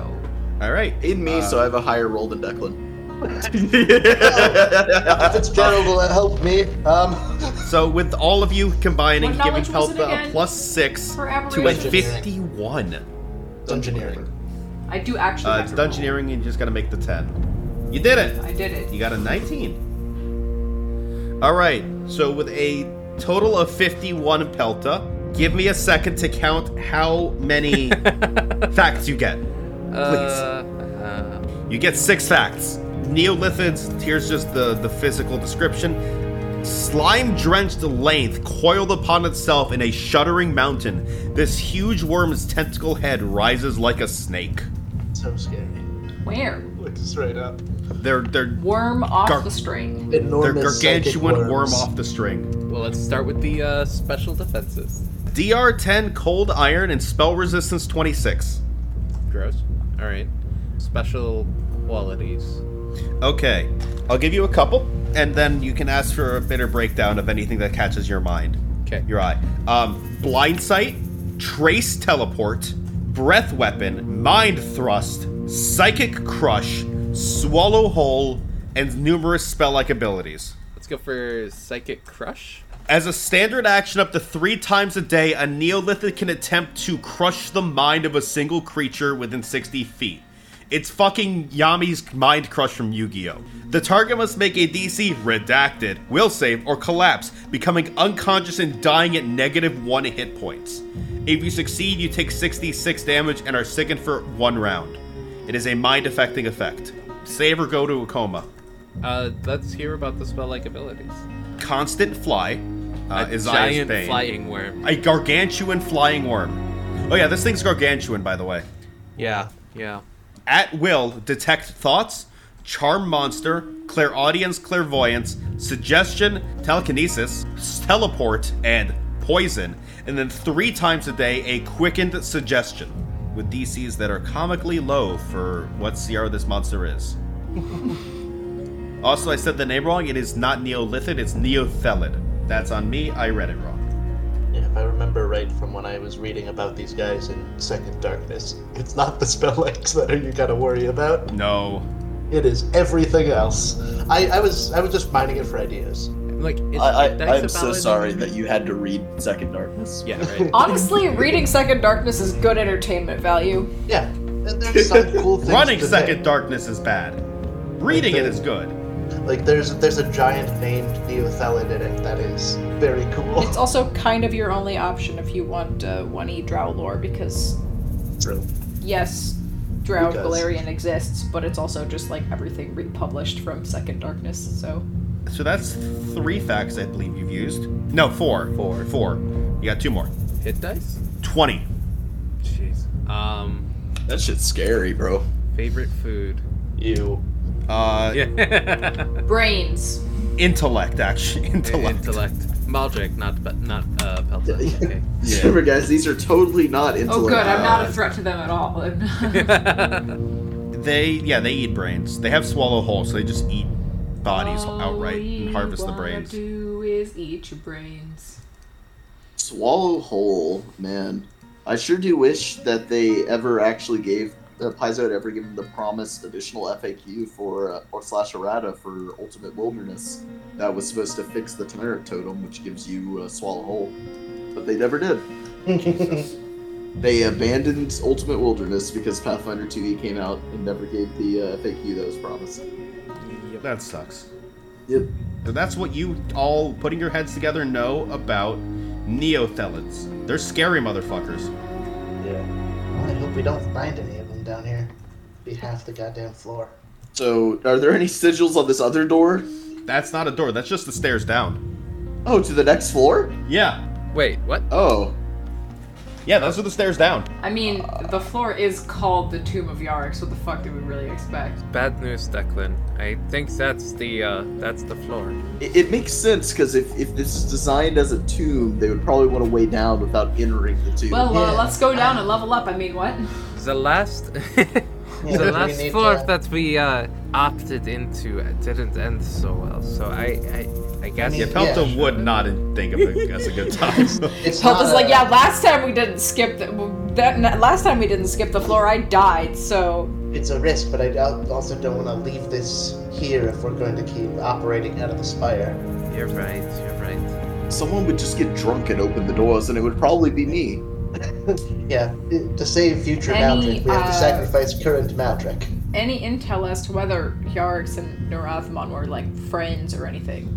Speaker 1: all right
Speaker 3: In me,
Speaker 1: Uh,
Speaker 3: so I have a higher roll than Declan.
Speaker 5: Fitzgerald will help me. Um,
Speaker 1: so with all of you combining
Speaker 2: What
Speaker 1: giving
Speaker 2: knowledge was it
Speaker 1: pelpa a
Speaker 2: again?
Speaker 1: plus 6
Speaker 2: For
Speaker 1: to a
Speaker 2: aberration.
Speaker 1: 51
Speaker 5: dungeoneering.
Speaker 2: I do actually.
Speaker 1: uh,
Speaker 2: have
Speaker 1: it's
Speaker 2: to roll.
Speaker 1: dungeoneering and you just gotta make the 10 you did it
Speaker 2: I did
Speaker 1: you
Speaker 2: it.
Speaker 1: got a 19 all right so with a total of 51 pelta give me a second to count how many facts you get
Speaker 4: Uh,
Speaker 1: You get six facts. Neolithids, here's just the, the physical description. Slime drenched length coiled upon itself in a shuddering mountain. This huge worm's tentacle head rises like a snake.
Speaker 5: So scary.
Speaker 2: Where?
Speaker 5: Looked straight up.
Speaker 1: They're they're
Speaker 2: Worm off
Speaker 1: Gar-
Speaker 2: the string.
Speaker 1: they're
Speaker 5: Enormous. psychic
Speaker 1: gargantuan worm
Speaker 5: worms.
Speaker 1: off the string.
Speaker 4: well, let's start with the uh, special defenses.
Speaker 1: DR 10 cold iron and spell resistance 26.
Speaker 4: Gross. All right. Special qualities.
Speaker 1: Okay, I'll give you a couple, and then you can ask for a bitter breakdown of anything that catches your mind.
Speaker 4: Okay.
Speaker 1: your eye. Um, blind sight, trace teleport, breath weapon, mind thrust, psychic crush, swallow hole, and numerous spell-like abilities.
Speaker 4: Let's go for psychic crush.
Speaker 1: As a standard action up to three times a day, a Neolithic can attempt to crush the mind of a single creature within 60 feet. It's fucking Yami's Mind Crush from Yu Gi Oh! The target must make a DC redacted, will save, or collapse, becoming unconscious and dying at negative one hit points. If you succeed, you take 66 damage and are sickened for one round. It is a mind affecting effect. Save or go to a coma.
Speaker 4: Uh, let's hear about the spell-like abilities.
Speaker 1: Constant fly uh,
Speaker 4: a
Speaker 1: is Aya's
Speaker 4: giant
Speaker 1: bane.
Speaker 4: flying worm.
Speaker 1: A gargantuan flying worm. Oh yeah, this thing's gargantuan, by the way.
Speaker 4: Yeah, yeah.
Speaker 1: At will, detect thoughts, charm monster, clairaudience, clairvoyance, suggestion, telekinesis, teleport, and poison. And then three times a day, a quickened suggestion with DCs that are comically low for what CR this monster is. also, I said the name wrong. It is not Neolithid, it's Neothelid. That's on me. I read it wrong.
Speaker 5: Yeah, if I remember right from when I was reading about these guys in Second Darkness, it's not the spell X that are you gotta worry about.
Speaker 1: No.
Speaker 5: It is everything else. I, I was I was just mining it for ideas.
Speaker 4: Like, is,
Speaker 3: I,
Speaker 4: is
Speaker 3: I,
Speaker 4: Dice
Speaker 3: I'm
Speaker 4: a
Speaker 3: so
Speaker 4: paladin?
Speaker 3: sorry that you had to read Second Darkness.
Speaker 4: Yeah, right.
Speaker 2: Honestly, reading Second Darkness is good entertainment value.
Speaker 5: Yeah, and there's some cool things.
Speaker 1: Running
Speaker 5: to
Speaker 1: Second
Speaker 5: say.
Speaker 1: Darkness is bad. Reading it is good.
Speaker 5: Like there's there's a giant named Neothelid in it that is very cool.
Speaker 2: It's also kind of your only option if you want uh, 1E Drow lore because,
Speaker 5: True.
Speaker 2: yes, Drow
Speaker 5: Because-
Speaker 2: Galarian exists, but it's also just like everything republished from Second Darkness, so.
Speaker 1: So that's three facts I believe you've used. No, four.
Speaker 4: Four.
Speaker 1: Four. You got two more.
Speaker 4: Hit dice.
Speaker 1: 20.
Speaker 4: Jeez. Um,
Speaker 3: That shit's scary, bro.
Speaker 4: favorite food.
Speaker 5: You.
Speaker 1: Uh,
Speaker 4: Yeah.
Speaker 2: Brains.
Speaker 1: Intellect, actually. Intellect.
Speaker 4: Intellect. Maldrick, not but not uh Pelton.
Speaker 3: Yeah.
Speaker 4: Okay.
Speaker 1: Yeah.
Speaker 3: Remember, guys, these are totally not intellect.
Speaker 2: Oh, good, I'm not a
Speaker 3: Uh,
Speaker 2: threat to them at all.
Speaker 1: They, yeah, they eat brains. They have swallow whole, so they just eat bodies
Speaker 2: Oh,
Speaker 1: outright and harvest the brains.
Speaker 2: do is eat your brains.
Speaker 3: Swallow whole, man. I sure do wish that they ever actually gave uh, Paizo had ever given the promised additional FAQ for uh, or slash errata for Ultimate Wilderness that was supposed to fix the Teneric Totem, which gives you uh, swallow whole, but they never did. They abandoned Ultimate Wilderness because Pathfinder 2e came out and never gave the uh, FAQ that was promised.
Speaker 1: That sucks.
Speaker 3: Yep.
Speaker 1: So that's what you all putting your heads together know about Neothelids. They're scary motherfuckers.
Speaker 5: Well, I hope we don't find any of them down here. Be half the goddamn floor.
Speaker 3: So, are there any sigils on this other door?
Speaker 1: That's not a door, that's just the stairs down.
Speaker 3: Oh, to the next floor?
Speaker 1: Yeah.
Speaker 4: Wait, what?
Speaker 3: Oh,
Speaker 1: Yeah, those are the stairs down.
Speaker 2: I mean, the floor is called the Tomb of Yarix. What the fuck did we really expect?
Speaker 4: Bad news, Declan. I think that's the uh that's the floor.
Speaker 3: It, it makes sense because if, if this is designed as a tomb, they would probably want to way down without entering the tomb.
Speaker 2: Well,
Speaker 5: Yeah.
Speaker 2: uh, let's go down and level up. I mean, what?
Speaker 4: The last
Speaker 5: Yeah, we
Speaker 4: the last
Speaker 5: need
Speaker 4: floor
Speaker 5: to-
Speaker 4: that we uh opted into didn't end so well. So I I, I guess
Speaker 1: Yeah,
Speaker 5: Yeah,
Speaker 1: Pelta
Speaker 5: sure.
Speaker 1: would not think of it as a good time.
Speaker 5: It's not
Speaker 2: Pelta's
Speaker 5: a-
Speaker 2: like, yeah, last time we didn't skip the, that. n- Last time we didn't skip the floor, I died. So
Speaker 5: It's a risk, but I al- also don't want to leave this here if we're going to keep operating out of the spire.
Speaker 4: you're right, you're right.
Speaker 3: Someone would just get drunk and open the doors, and it would probably be me.
Speaker 5: Yeah, i- to save future
Speaker 2: Any,
Speaker 5: Maldrick, we have
Speaker 2: uh,
Speaker 5: to sacrifice current Maldrick.
Speaker 2: any intel as to whether Yarix and Narathmon were like friends or anything?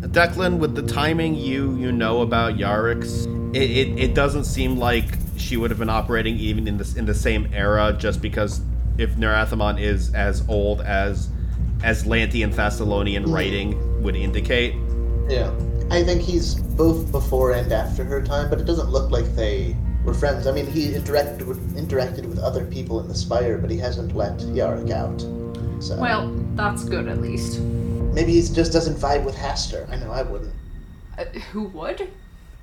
Speaker 1: Declan, with the timing you you know about Yarix, it, it, it doesn't seem like she would have been operating even in this in the same era. Just because if Nerathamon is as old as as Lantian Thessalonian writing would indicate,
Speaker 5: Yeah. I think he's both before and after her time, but it doesn't look like they were friends. I mean, he interacted with, interacted with other people in the spire, but he hasn't let Yarik out. So
Speaker 2: Well, that's good at least.
Speaker 5: maybe he just doesn't vibe with Haster. I know I wouldn't.
Speaker 2: Uh, who would?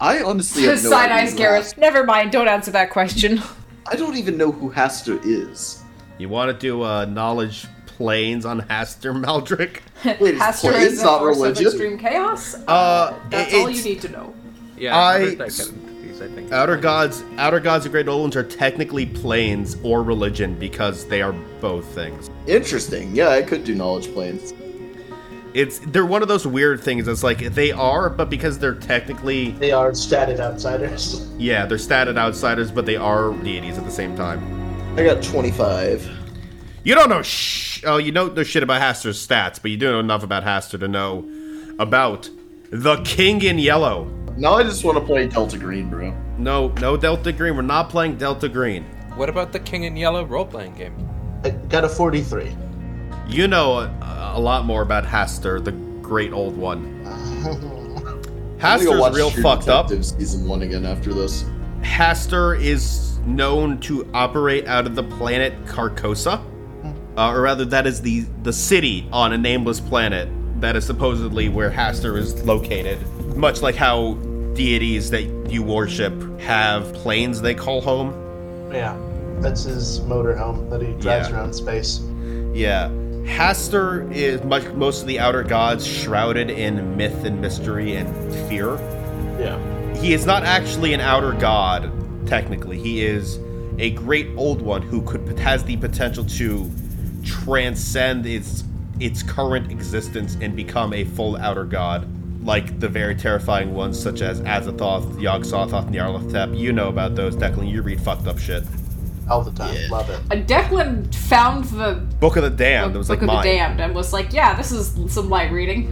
Speaker 3: I honestly have no
Speaker 2: Side
Speaker 3: idea
Speaker 2: eyes,
Speaker 3: who
Speaker 2: Gareth. Never mind. Don't answer that question.
Speaker 3: Hast- I don't even know who Haster is.
Speaker 1: you want to do uh, knowledge planes on Haster Meldrick?
Speaker 3: Wait, is
Speaker 2: Haster
Speaker 3: planes
Speaker 2: is a
Speaker 3: not
Speaker 2: force of
Speaker 3: religion?
Speaker 2: extreme chaos. Um,
Speaker 1: Uh,
Speaker 2: That's
Speaker 1: it-
Speaker 2: all you
Speaker 1: it's-
Speaker 2: need to know.
Speaker 4: Yeah,
Speaker 1: I- Uh,
Speaker 4: I, I think.
Speaker 1: Outer gods, outer gods of Great Olans are technically planes or religion because they are both things.
Speaker 3: Interesting. Yeah, I could do knowledge planes.
Speaker 1: It's they're one of those weird things. It's like they are, but because they're technically
Speaker 5: They are statted outsiders.
Speaker 1: yeah, they're statted outsiders, but they are deities at the same time.
Speaker 3: I got 25.
Speaker 1: You don't know shh. Oh, you don't know shit about Haster's stats, but you do know enough about Haster to know about the King in Yellow.
Speaker 3: Now I just want to play Delta Green, bro.
Speaker 1: No, no Delta Green. We're not playing Delta Green.
Speaker 4: What about the King in Yellow role playing game?
Speaker 5: I got a 43.
Speaker 1: You know a, a lot more about Haster, the great old one.
Speaker 3: I'm gonna go watch
Speaker 1: Haster's real
Speaker 3: True
Speaker 1: fucked up.
Speaker 3: Detective Season one again after this.
Speaker 1: Haster is known to operate out of the planet Carcosa, uh, or rather, that is the the city on a nameless planet that is supposedly where Haster is located. Much like how deities that you worship have planes they call home.
Speaker 5: Yeah. That's his motorhome that he drives
Speaker 1: Yeah.
Speaker 5: around space.
Speaker 1: Yeah, Haster is much, most of the outer gods shrouded in myth and mystery and fear.
Speaker 5: Yeah.
Speaker 1: He is not actually an outer god, technically. He is a great old one who could has the potential to transcend its its current existence and become a full outer god, like the very terrifying ones such as Azathoth, Yog Sothoth, and Yarlathotep. You know about those, Declan. You read fucked up shit.
Speaker 5: All the time.
Speaker 3: Yeah.
Speaker 5: Love it.
Speaker 2: Uh, Declan found the
Speaker 1: Book of the Damned. That was like
Speaker 2: Book of
Speaker 1: mine.
Speaker 2: the Damned and was like, "Yeah, this is some light reading."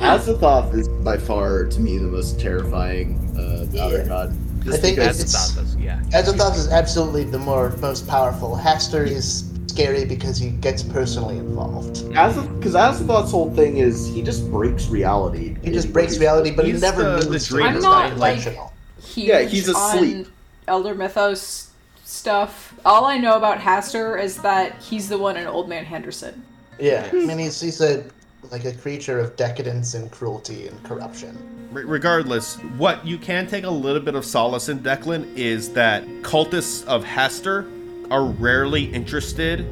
Speaker 3: Azathoth is by far to me the most terrifying uh, outer god. Just
Speaker 5: I think
Speaker 3: because
Speaker 5: it's-
Speaker 4: Azathoth, yeah.
Speaker 5: Azathoth is absolutely the more most powerful. Haster is scary because he gets personally involved.
Speaker 3: because Azathoth's whole thing is he just breaks reality.
Speaker 5: He just breaks reality, but he
Speaker 1: He's
Speaker 5: never
Speaker 1: the-
Speaker 5: means
Speaker 1: the
Speaker 5: to.
Speaker 1: dreamer.
Speaker 5: It's
Speaker 2: I'm not, like-
Speaker 5: intentional.
Speaker 2: Huge
Speaker 3: Yeah, he's asleep.
Speaker 2: on Elder Mythos stuff. All I know about Haster is that he's the one in Old Man Henderson.
Speaker 5: Yeah. I mean, he's, he's a like a creature of decadence and cruelty and corruption.
Speaker 1: Re- regardless, what you can take a little bit of solace in, Declan, is that cultists of Hester are rarely interested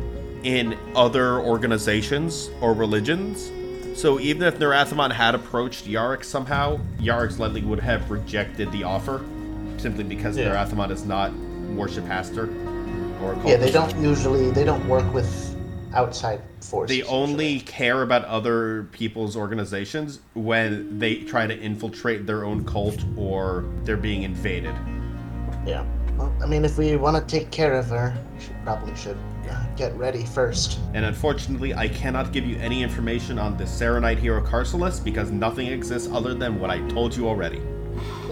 Speaker 1: in other organizations or religions. So even if Nerathamon had approached Yarrick somehow, Yarrick's likely would have rejected the offer, simply because
Speaker 5: Yeah.
Speaker 1: Nerathamon does not worship Hester or a cult.
Speaker 5: Yeah, they don't usually they don't work with outside forces.
Speaker 1: They only
Speaker 5: usually.
Speaker 1: care about other people's organizations when they try to infiltrate their own cult or they're being invaded.
Speaker 5: yeah. Well, I mean, if we want to take care of her, we should, probably should uh, get ready first.
Speaker 1: And unfortunately, I cannot give you any information on the Serenite hero Carcelis because nothing exists other than what I told you already.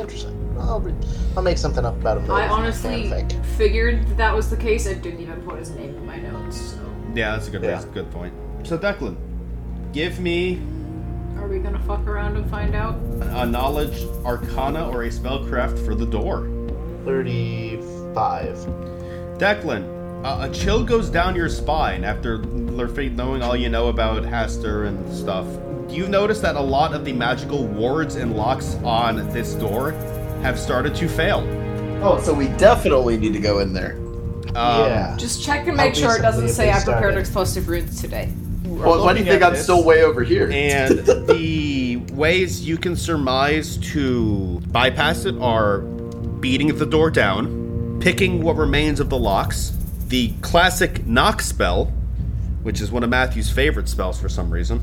Speaker 5: Interesting. Well, I'll, re- I'll make something up about him. later
Speaker 2: I
Speaker 5: if
Speaker 2: honestly
Speaker 5: can, think.
Speaker 2: figured that, that was the case. I didn't even put his name in my notes. So,
Speaker 1: Yeah, that's a good,
Speaker 5: Yeah.
Speaker 1: that's a good point. So Declan, give me
Speaker 2: are we gonna fuck around and find out?
Speaker 1: a knowledge arcana or a spellcraft for the door.
Speaker 5: thirty-five.
Speaker 1: Declan, uh, a chill goes down your spine after Lurfate knowing all you know about Haster and stuff. You notice that a lot of the magical wards and locks on this door have started to fail.
Speaker 3: Oh, so we definitely need to go in there.
Speaker 1: Um,
Speaker 5: yeah.
Speaker 2: Just check and make sure it
Speaker 5: Obviously,
Speaker 2: doesn't
Speaker 5: if
Speaker 2: say
Speaker 5: they
Speaker 2: I prepared
Speaker 5: started.
Speaker 2: explosive runes today.
Speaker 3: Well, why do
Speaker 1: looking
Speaker 3: you think
Speaker 1: at
Speaker 3: I'm
Speaker 1: this-
Speaker 3: still way over here?
Speaker 1: And the ways you can surmise to bypass it are beating the door down, picking what remains of the locks, the classic knock spell, which is one of Matthew's favorite spells for some reason.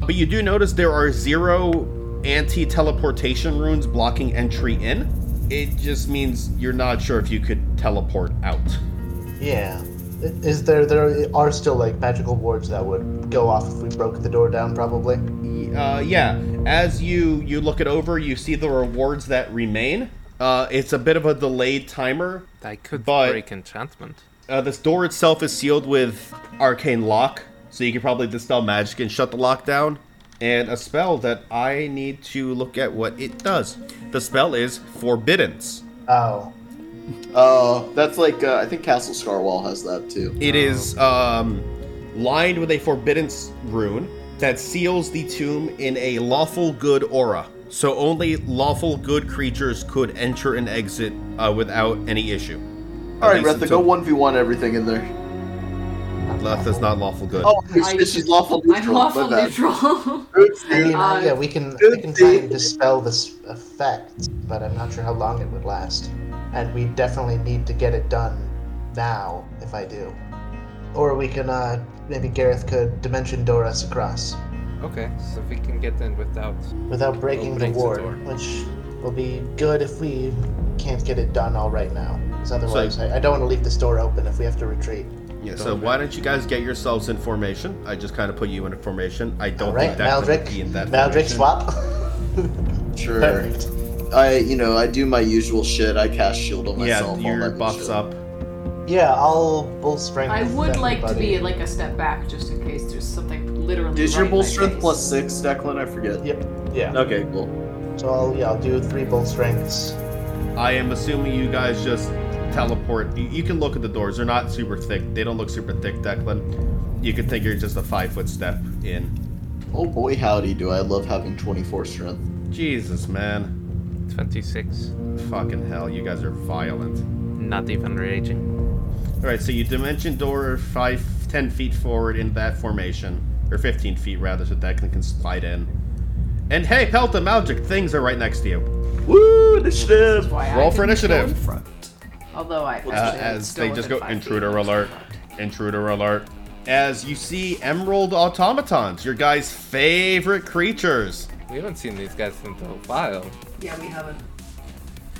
Speaker 1: but you do notice there are zero anti teleportation runes blocking entry in. It just means you're not sure if you could teleport out.
Speaker 5: Yeah. Is there there are still like magical wards that would go off if we broke the door down? Probably.
Speaker 1: uh, yeah as you you look it over you see the rewards that remain uh, it's a bit of a delayed timer
Speaker 4: I could
Speaker 1: But-
Speaker 4: break enchantment.
Speaker 1: uh, this door itself is sealed with arcane lock so you can probably dispel magic and shut the lock down and a spell that i need to look at what it does the spell is forbiddance
Speaker 5: Oh,
Speaker 3: Oh, that's like uh, I think Castle Scarwall has that too.
Speaker 1: It is um, lined with a forbiddance rune that seals the tomb in a lawful good aura. So only lawful good creatures could enter and exit uh, without any issue.
Speaker 3: All
Speaker 1: At
Speaker 3: right,
Speaker 1: least
Speaker 3: Retha, go
Speaker 1: until-
Speaker 3: one v one everything in there.
Speaker 1: Leth is not lawful good.
Speaker 3: Oh,
Speaker 2: I-
Speaker 3: shit, she's lawful
Speaker 2: I'm
Speaker 3: neutral.
Speaker 2: lawful
Speaker 3: my bad.
Speaker 2: neutral.
Speaker 5: I mean,
Speaker 3: Oopsie.
Speaker 5: uh,
Speaker 2: Uh,
Speaker 5: yeah, we can we
Speaker 3: good
Speaker 5: can try
Speaker 3: thing.
Speaker 5: and dispel this effect, but I'm not sure how long it would last. And we definitely need to get it done now, if I do. Or we can uh, maybe Gareth could dimension door us across
Speaker 4: Okay, so if we can get in without.
Speaker 5: without breaking the
Speaker 4: Opening Oh, the
Speaker 5: ward,
Speaker 4: door.
Speaker 5: which will be good if we can't get it done all right now. Because otherwise, I, I don't want to leave this door open if we have to retreat.
Speaker 1: Yeah, so why don't you guys get yourselves in formation? I just kind of put you in a formation. I don't
Speaker 5: All right,
Speaker 1: think that would
Speaker 5: Maldrick.
Speaker 1: be in that
Speaker 5: Maldrick
Speaker 1: formation.
Speaker 5: swap.
Speaker 3: Sure.
Speaker 5: Perfect.
Speaker 3: I, you know, I do my usual shit. I cast shield on
Speaker 1: Yeah,
Speaker 3: myself. all
Speaker 1: your
Speaker 3: that
Speaker 1: buffs
Speaker 3: shit.
Speaker 1: up.
Speaker 5: Yeah, I'll bull strength.
Speaker 2: I would like to be
Speaker 5: everybody.
Speaker 2: like a step back just in case there's something literally.
Speaker 3: Is your
Speaker 2: right in
Speaker 3: bull
Speaker 2: my
Speaker 3: strength
Speaker 2: face.
Speaker 3: plus six, Declan? I forget.
Speaker 5: Yep. Yeah.
Speaker 3: Okay, cool.
Speaker 5: So I'll yeah I'll do three bull strengths.
Speaker 1: I am assuming you guys just teleport. You, you can look at the doors. They're not super thick. They don't look super thick, Declan. You could think you're just a five foot step in.
Speaker 3: Oh boy, howdy, do I love having 24 strength.
Speaker 1: Jesus, man.
Speaker 4: 26.
Speaker 1: Fucking hell, you guys are violent.
Speaker 4: Not even raging.
Speaker 1: Alright, so you dimension door five, ten feet forward in that formation. Or 15 feet, rather, so Declan can slide in. And hey, Pelta Magic, things are right next to you.
Speaker 3: Woo, initiative!
Speaker 2: Why I
Speaker 1: Roll for
Speaker 2: didn't go in
Speaker 1: initiative.
Speaker 2: front. Although I actually,
Speaker 1: Uh,
Speaker 2: I'm
Speaker 1: as
Speaker 2: still
Speaker 1: they just go,
Speaker 2: within five feet
Speaker 1: intruder
Speaker 2: of each
Speaker 1: alert,
Speaker 2: other.
Speaker 1: intruder alert. As you see Emerald Automatons, your guys' favorite creatures.
Speaker 4: We haven't seen these guys in a while.
Speaker 2: Yeah, we haven't.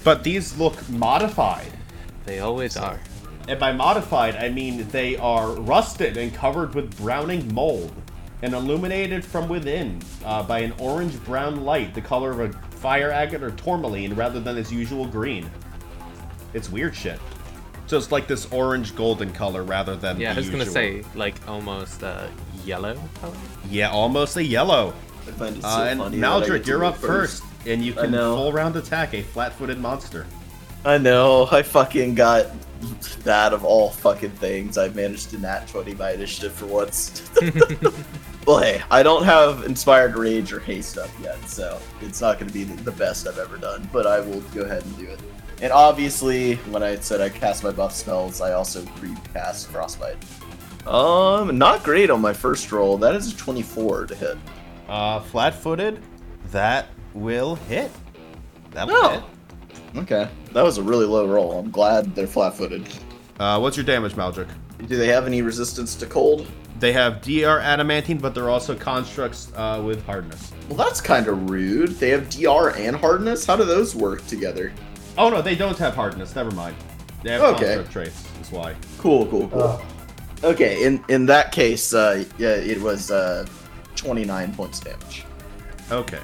Speaker 1: But these look modified.
Speaker 4: They always are.
Speaker 1: And by modified, I mean they are rusted and covered with browning mold and illuminated from within uh, by an orange brown light, the color of a fire agate or tourmaline rather than its usual green. It's weird shit. So it's like this orange golden color rather than
Speaker 4: Yeah,
Speaker 1: the
Speaker 4: I was gonna
Speaker 1: usual.
Speaker 4: say like almost uh, yellow color.
Speaker 1: Yeah, almost a yellow.
Speaker 3: I find it so
Speaker 1: Uh, and
Speaker 3: funny that I get
Speaker 1: Maldrick,
Speaker 3: to
Speaker 1: you're
Speaker 3: go
Speaker 1: up first. and you
Speaker 3: I
Speaker 1: can
Speaker 3: know.
Speaker 1: full round attack a flat-footed monster.
Speaker 3: I know, I fucking got that of all fucking things. I managed to nat 20 my initiative for once. well, hey, I don't have Inspired Rage or Haste up yet, so it's not going to be the best I've ever done, but I will go ahead and do it. And obviously, when I said I cast my buff spells, I also pre cast Frostbite. Um, not great on my first roll. That is a 24 to hit.
Speaker 1: Uh, flat-footed, that will hit. That'll
Speaker 3: No.
Speaker 1: hit.
Speaker 3: Okay. That was a really low roll. I'm glad they're flat footed.
Speaker 1: Uh, what's your damage, Maldrick?
Speaker 3: Do they have any resistance to cold?
Speaker 1: They have DR adamantine, but they're also constructs uh, with hardness.
Speaker 3: Well, that's kind of rude. They have DR and hardness. How do those work together?
Speaker 1: Oh no, they don't have hardness. Never mind. They have
Speaker 3: Okay.
Speaker 1: construct traits. That's why.
Speaker 3: Cool, cool, cool.
Speaker 5: Oh,
Speaker 3: Okay, in in that case, uh, yeah, it was uh, 29 points of damage.
Speaker 1: Okay.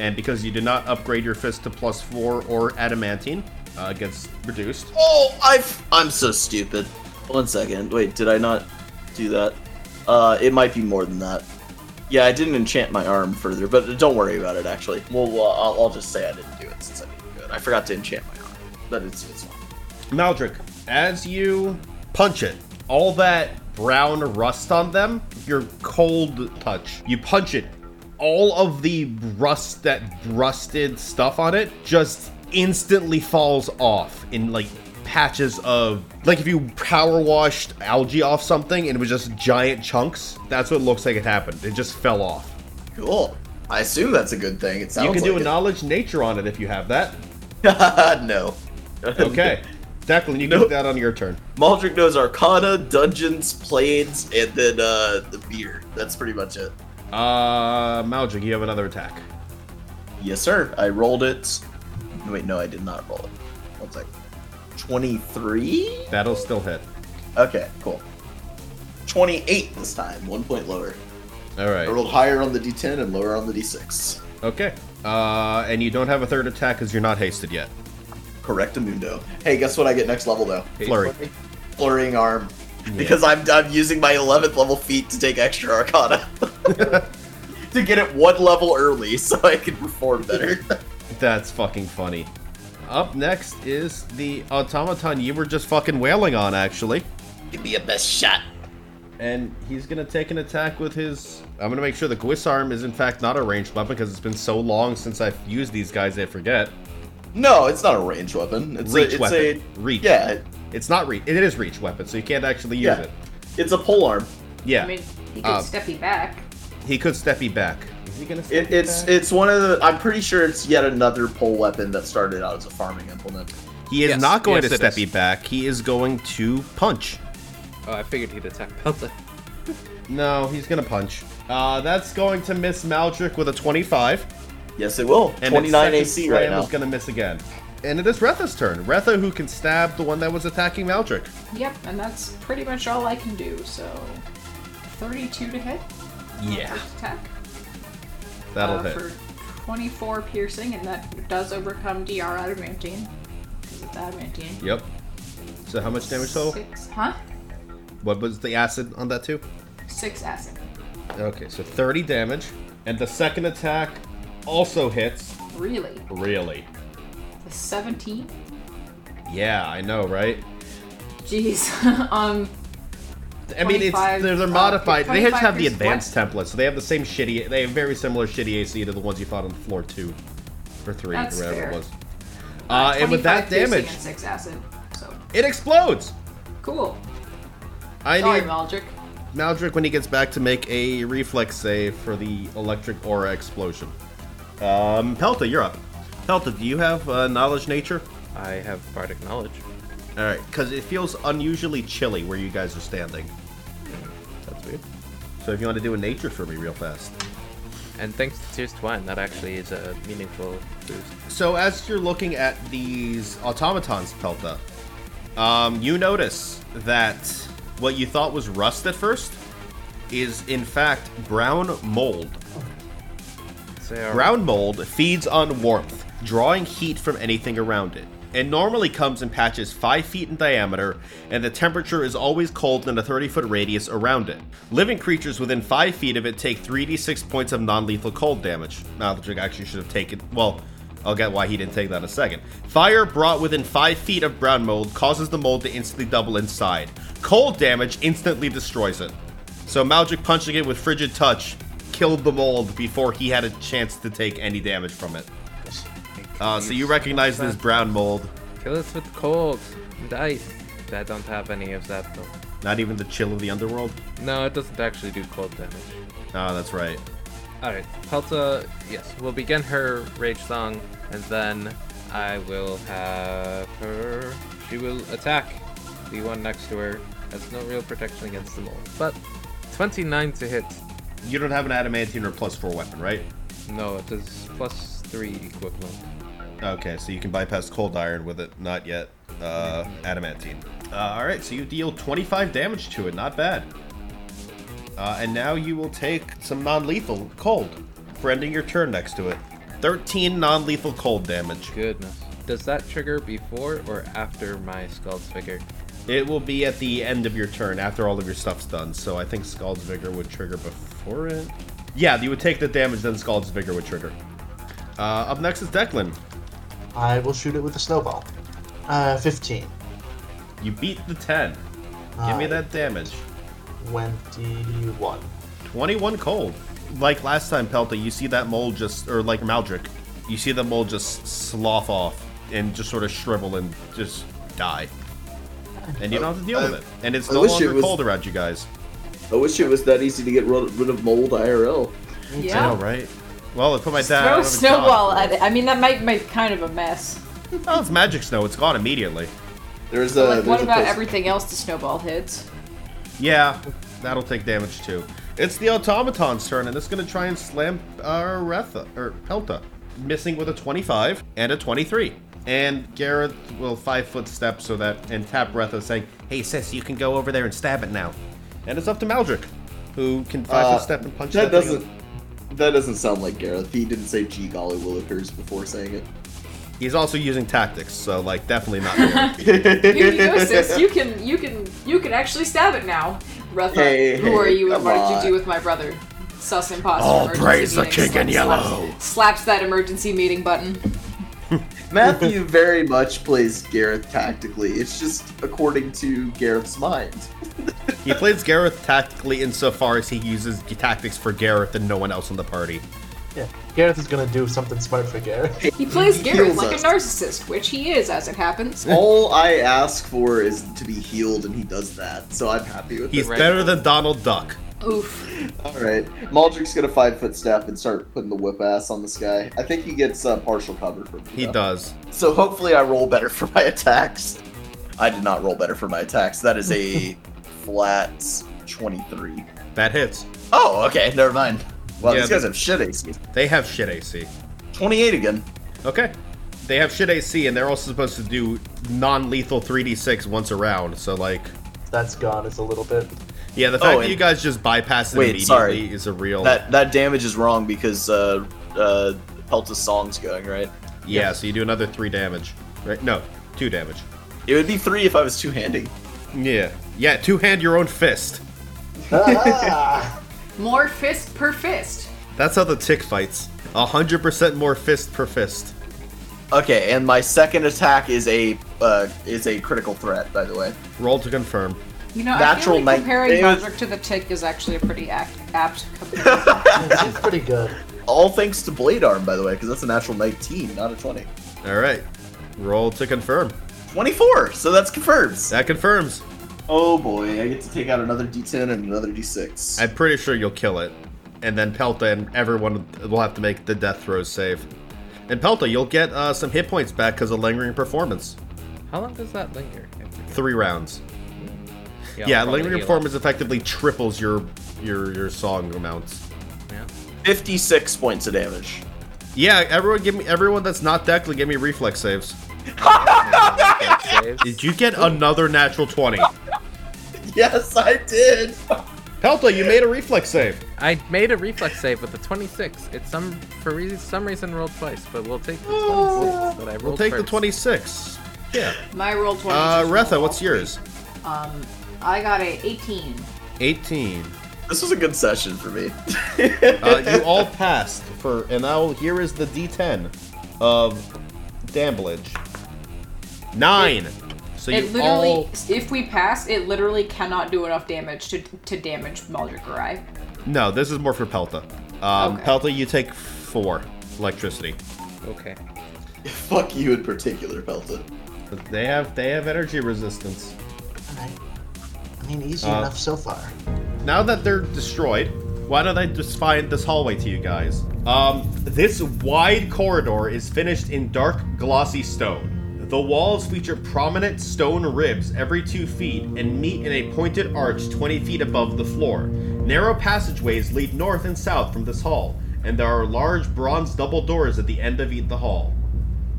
Speaker 1: And because you did not upgrade your fist to plus four or adamantine, uh, it gets reduced.
Speaker 3: Oh, I've I'm so stupid. One second. Wait, did I not do that? Uh, it might be more than that. Yeah, I didn't enchant my arm further, but don't worry about it. Actually, well, well I'll, I'll just say I didn't do it since I didn't do it. I forgot to enchant my arm, but it's it's fine.
Speaker 1: Maldrick, as you punch it, all that brown rust on them, your cold touch, you punch it, all of the rust that rusted stuff on it just instantly falls off in like patches of like if you power washed algae off something and it was just giant chunks, that's what it looks like it happened. It just fell off.
Speaker 3: Cool. I assume that's a good thing. It sounds.
Speaker 1: you can do a
Speaker 3: like
Speaker 1: knowledge nature on it if you have that.
Speaker 3: it. no.
Speaker 1: Okay. Declan, you can
Speaker 3: Nope.
Speaker 1: put that on your turn.
Speaker 3: Maldrick knows Arcana, Dungeons, Planes, and then uh, the beer. That's pretty much it.
Speaker 1: Uh Maldrick, you have another attack.
Speaker 3: Yes, sir. I rolled it. Wait, no, I did not roll it. One second. 23?
Speaker 1: That'll still hit.
Speaker 3: Okay, cool. 28 this time, one point lower.
Speaker 1: All
Speaker 3: I
Speaker 1: right.
Speaker 3: rolled higher on the d10 and lower on the d6.
Speaker 1: Okay. Uh, and you don't have a third attack because you're not hasted yet.
Speaker 3: Correct, Amundo. Hey, guess what I get next level, though?
Speaker 1: Flurry.
Speaker 3: Flurrying Arm. Because I'm, I'm using my 11th level feat to take extra Arcana. to get it one level early so I can perform better.
Speaker 1: That's fucking funny. Up next is the automaton you were just fucking wailing on, actually.
Speaker 3: Give me a best shot.
Speaker 1: And he's gonna take an attack with his. I'm gonna make sure the Gwiss arm is in fact not a ranged weapon because it's been so long since I've used these guys, I forget.
Speaker 3: No, it's not a ranged weapon. It's
Speaker 1: Reach
Speaker 3: a, it's
Speaker 1: weapon.
Speaker 3: a
Speaker 1: Reach.
Speaker 3: Yeah, it-
Speaker 1: It's not reach. It is reach weapon, so you can't actually use
Speaker 3: Yeah.
Speaker 1: it.
Speaker 3: it's a pole arm.
Speaker 1: Yeah.
Speaker 2: I mean, he could
Speaker 1: Um,
Speaker 2: steppy back.
Speaker 1: he could steppy back. Is he gonna?
Speaker 3: It, it's it's one of the. I'm pretty sure it's yet another pole weapon that started out as a farming implement.
Speaker 1: He is
Speaker 4: Yes.
Speaker 1: not going
Speaker 4: Yes,
Speaker 1: to
Speaker 4: it is.
Speaker 1: steppy back. He is going to punch.
Speaker 4: Oh, I figured he'd attack Pelta.
Speaker 1: No, he's gonna punch. Uh, that's going to miss Maldrick with a 25,
Speaker 3: Yes, it will.
Speaker 1: and its
Speaker 3: 29
Speaker 1: second
Speaker 3: AC
Speaker 1: slam
Speaker 3: right now.
Speaker 1: is gonna miss again. And it is Retha's turn. Retha, who can stab the one that was attacking Maldrick.
Speaker 2: Yep, and that's pretty much all I can do. So, 32 to hit.
Speaker 1: Yeah.
Speaker 2: First attack.
Speaker 1: That'll
Speaker 2: uh,
Speaker 1: hit.
Speaker 2: for 24 piercing, and that does overcome DR adamantine. Because it's adamantine.
Speaker 1: Yep. So how much damage total?
Speaker 2: Six, huh?
Speaker 1: What was the acid on that too?
Speaker 2: Six acid.
Speaker 1: Okay, so 30 damage. And the second attack also hits.
Speaker 2: Really?
Speaker 1: Really?
Speaker 2: The 17?
Speaker 1: Yeah, I know, right?
Speaker 2: Jeez. um,
Speaker 1: I mean, it's
Speaker 2: 25,
Speaker 1: they're, they're
Speaker 2: uh,
Speaker 1: modified. they just
Speaker 2: 25
Speaker 1: have the
Speaker 2: pierce-
Speaker 1: advanced template, so they have the same shitty. They have very similar shitty AC to the ones you fought on floor two, or three,
Speaker 2: That's
Speaker 1: or whatever
Speaker 2: fair.
Speaker 1: it was. Uh, and with that
Speaker 2: 25 piercing
Speaker 1: damage,
Speaker 2: And six acid. So,
Speaker 1: it explodes.
Speaker 2: cool.
Speaker 1: I
Speaker 2: Sorry,
Speaker 1: need
Speaker 2: Maldrick.
Speaker 1: Maldrick when he gets back to make a reflex save for the electric aura explosion. Um, Pelta, you're up. Pelta, do you have uh, knowledge nature?
Speaker 4: I have bardic knowledge.
Speaker 1: All right, because it feels unusually chilly where you guys are standing.
Speaker 4: That's weird.
Speaker 1: So if you want to do a nature for me real fast.
Speaker 4: And thanks to Tears Twine, that actually is a meaningful boost.
Speaker 1: So as you're looking at these automatons, Pelta, um, you notice that what you thought was rust at first is in fact brown mold.
Speaker 4: So they are
Speaker 1: Brown mold feeds on warmth, drawing heat from anything around it. It normally comes in patches 5 feet in diameter, and the temperature is always cold in a 30 foot radius around it. Living creatures within 5 feet of it take 3d6 points of non lethal cold damage. Maldrick actually should have taken. Well, I'll get why he didn't take that in a second. Fire brought within 5 feet of brown mold causes the mold to instantly double inside. Cold damage instantly destroys it. So Maldrick punching it with frigid touch killed the mold before he had a chance to take any damage from it. Uh, so you recognize this brown mold.
Speaker 4: Kill us with cold and ice. I don't have any of that though.
Speaker 1: Not even the chill of the underworld.
Speaker 4: No, it doesn't actually do cold damage.
Speaker 1: Ah, that's right.
Speaker 4: All right, Pelta. Yes, will begin her rage song, and then I will have her. She will attack the one next to her. Has no real protection against the mold, but 29 to hit.
Speaker 1: You don't have an adamantine or plus four weapon, right?
Speaker 4: No, it is plus three equivalent.
Speaker 1: Okay, so you can bypass cold iron with it. Not yet. Uh, adamantine. Uh, all right, so you deal 25 damage to it. Not bad. Uh, and now you will take some non-lethal cold for ending your turn next to it. 13 non-lethal cold damage.
Speaker 4: Goodness. Does that trigger before or after my Skull's Vigor?
Speaker 1: It will be at the end of your turn after all of your stuff's done, so I think Scald's Vigor would trigger before it. Yeah, you would take the damage, then Scald's Vigor would trigger. Uh, up next is Declan.
Speaker 5: I will shoot it with a snowball. Uh, 15.
Speaker 1: You beat the 10. Give me
Speaker 3: Uh,
Speaker 5: Alright.
Speaker 1: that damage.
Speaker 5: 21.
Speaker 1: 21 cold. Like last time, Pelta, you see that mold just, or like Maldric, you see the mold just slough off and just sort of shrivel and just die. And you don't have to deal
Speaker 3: I-
Speaker 1: with it. And it's
Speaker 3: I
Speaker 1: no
Speaker 3: wish it
Speaker 1: longer
Speaker 3: was-
Speaker 1: cold around you guys.
Speaker 3: I wish it was that easy to get rid rid of mold IRL.
Speaker 1: I
Speaker 2: Yeah.
Speaker 1: know, right? Well, it put my dad. out
Speaker 2: Throw
Speaker 1: of his job.
Speaker 2: snowball at it. I mean, that might make kind of a mess.
Speaker 1: Oh, it's magic snow. It's gone immediately.
Speaker 3: There's a.
Speaker 2: like,
Speaker 3: Uh, there's
Speaker 2: what
Speaker 3: a
Speaker 2: about
Speaker 3: post-
Speaker 2: everything else the snowball hits?
Speaker 1: Yeah, that'll take damage too. It's the automaton's turn, and it's going to try and slam uh, Retha or Pelta, missing with a 25 and a 23. And Gareth will five foot step so that and tap Retha, saying, "Hey sis, you can go over there and stab it now." And it's up to Maldrick, who can five
Speaker 3: Uh,
Speaker 1: foot step and punch
Speaker 3: That
Speaker 1: that, thing in-
Speaker 3: doesn't. That doesn't sound like Gareth. He didn't say "Gee golly willikers" before saying it.
Speaker 1: He's also using tactics, so like definitely not. Gareth.
Speaker 2: You can do it, sis. You can, you can, you can actually stab it now. Retha,
Speaker 3: Hey,
Speaker 2: who are you and
Speaker 3: come
Speaker 2: what did
Speaker 3: on.
Speaker 2: you do with my brother? Sus imposter.
Speaker 1: All
Speaker 2: emergency
Speaker 1: praise the
Speaker 2: meeting.
Speaker 1: king in
Speaker 2: Slaps-
Speaker 1: yellow.
Speaker 2: Slaps that emergency meeting button.
Speaker 3: Matthew very much plays Gareth tactically. It's just according to Gareth's mind.
Speaker 1: he plays Gareth tactically insofar as he uses tactics for Gareth and no one else in the party.
Speaker 5: Yeah. Gareth is gonna do something smart for Gareth.
Speaker 2: He plays Garrett
Speaker 3: heals
Speaker 2: like
Speaker 3: us.
Speaker 2: a narcissist, which he is, as it happens.
Speaker 3: All I ask for is to be healed, and he does that, so I'm happy with
Speaker 1: He's
Speaker 3: it.
Speaker 4: Right.
Speaker 1: better than Donald Duck.
Speaker 2: Oof.
Speaker 3: All right, Maldrick's gonna five foot step and start putting the whip ass on this guy. I think he gets uh, partial cover from.
Speaker 1: He does.
Speaker 3: So hopefully I roll better for my attacks. I did not roll better for my attacks. That is a flat 23.
Speaker 1: That hits.
Speaker 3: Oh, okay, never mind. Well,
Speaker 1: Yeah,
Speaker 3: these guys
Speaker 1: but-
Speaker 3: have shit AC.
Speaker 1: They have shit AC.
Speaker 3: 28 again.
Speaker 1: Okay. They have shit AC, and they're also supposed to do non-lethal 3d6 once a round. So like,
Speaker 5: That's gone. It's a little bit.
Speaker 1: yeah, the fact that
Speaker 3: Oh, and-
Speaker 1: you guys just bypass it
Speaker 3: Wait,
Speaker 1: immediately
Speaker 3: sorry.
Speaker 1: is a real
Speaker 3: That that damage is wrong because uh, uh, Pelta's song's going right.
Speaker 1: yeah. So you do another three damage, right? No, two damage.
Speaker 3: It would be three if I was two handing.
Speaker 1: Yeah, yeah. Two hand your own fist.
Speaker 5: Ah!
Speaker 2: More fist per fist.
Speaker 1: That's how the tick fights. hundred percent more fist per fist.
Speaker 3: Okay, and my second attack is a uh, is a critical threat. By the way,
Speaker 1: Roll to confirm.
Speaker 2: You know,
Speaker 3: Natural
Speaker 2: I feel
Speaker 3: night-
Speaker 2: like comparing
Speaker 3: it was-
Speaker 2: Mudrick to the tick is actually a pretty act, apt comparison.
Speaker 5: it's pretty good.
Speaker 3: all thanks to blade arm. By the way, because that's a natural nineteen, not a twenty.
Speaker 1: All right, roll to confirm.
Speaker 3: Twenty-four. So that's confirms.
Speaker 1: That confirms.
Speaker 3: Oh boy, I get to take out another D10 and another D6.
Speaker 1: I'm pretty sure you'll kill it. And then Pelta and everyone will have to make the death throws save. And Pelta, you'll get uh, some hit points back because of lingering performance.
Speaker 4: How long does that linger? I forget.
Speaker 1: Three rounds.
Speaker 4: Yeah, I'll
Speaker 1: yeah,
Speaker 4: probably
Speaker 1: lingering
Speaker 4: heal up.
Speaker 1: performance effectively triples your your your song amounts.
Speaker 4: Yeah.
Speaker 3: 56 points of damage.
Speaker 1: Yeah, everyone give me everyone that's not Declan, give me reflex saves.
Speaker 4: That saves.
Speaker 1: Did you get another natural twenty?
Speaker 3: Yes, I did.
Speaker 1: Pelta, you made a reflex save.
Speaker 4: I made a reflex save with a 26. It's some for re- some reason rolled twice, but we'll take the 26 that I rolled
Speaker 1: We'll take the
Speaker 4: first.
Speaker 1: twenty-six. Yeah.
Speaker 2: My roll 20.
Speaker 1: Uh, Retha, what's yours?
Speaker 2: Um, I got a 18.
Speaker 1: Eighteen.
Speaker 3: This was a good session for me.
Speaker 1: Uh, you all passed for, and now here is the D10 of damblage. Nine. So
Speaker 2: It
Speaker 1: you
Speaker 2: literally,
Speaker 1: all
Speaker 2: if we pass, it literally cannot do enough damage to, to damage Maldrick or I.
Speaker 1: no. This is more for Pelta. Um,
Speaker 2: Okay.
Speaker 1: Pelta, you take four electricity.
Speaker 4: Okay.
Speaker 3: Fuck you in particular, Pelton.
Speaker 1: But they have they have energy resistance.
Speaker 5: Alright. I mean, easy
Speaker 1: Uh,
Speaker 5: enough so far.
Speaker 1: Now that they're destroyed, why don't I just find this hallway to you guys? Um, this wide corridor is finished in dark, glossy stone. The walls feature prominent stone ribs every two feet and meet in a pointed arch 20 feet above the floor. Narrow passageways lead north and south from this hall, and there are large bronze double doors at the end of each the hall.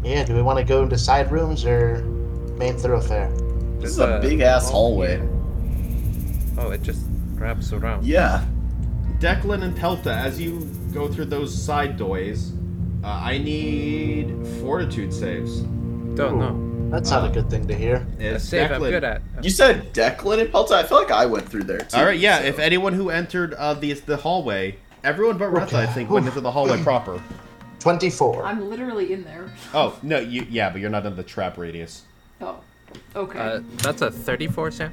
Speaker 5: Yeah, do we want to go into side rooms or main thoroughfare?
Speaker 3: This is
Speaker 4: There's
Speaker 3: a
Speaker 1: uh,
Speaker 3: big ass
Speaker 4: oh,
Speaker 3: hallway.
Speaker 4: yeah. Oh, it just wraps around.
Speaker 3: Yeah.
Speaker 1: Declan and Pelta, as you go through those side doors, uh, I need fortitude saves.
Speaker 4: Don't
Speaker 5: Ooh,
Speaker 4: know.
Speaker 5: That's
Speaker 1: Uh,
Speaker 5: not a good thing to hear.
Speaker 4: A
Speaker 1: It's
Speaker 4: save I'm
Speaker 1: Declan.
Speaker 4: good at.
Speaker 3: You said Declan and Pelton? I feel like I went through there too.
Speaker 1: All right, yeah.
Speaker 3: so-
Speaker 1: If anyone who entered uh, the the hallway, everyone but Retha, I
Speaker 5: Okay.
Speaker 1: think, went into the hallway proper.
Speaker 5: 24.
Speaker 2: I'm literally in there.
Speaker 1: Oh no, you yeah, but you're not in the trap radius.
Speaker 2: Oh, okay.
Speaker 4: Uh, that's a 34, Sam.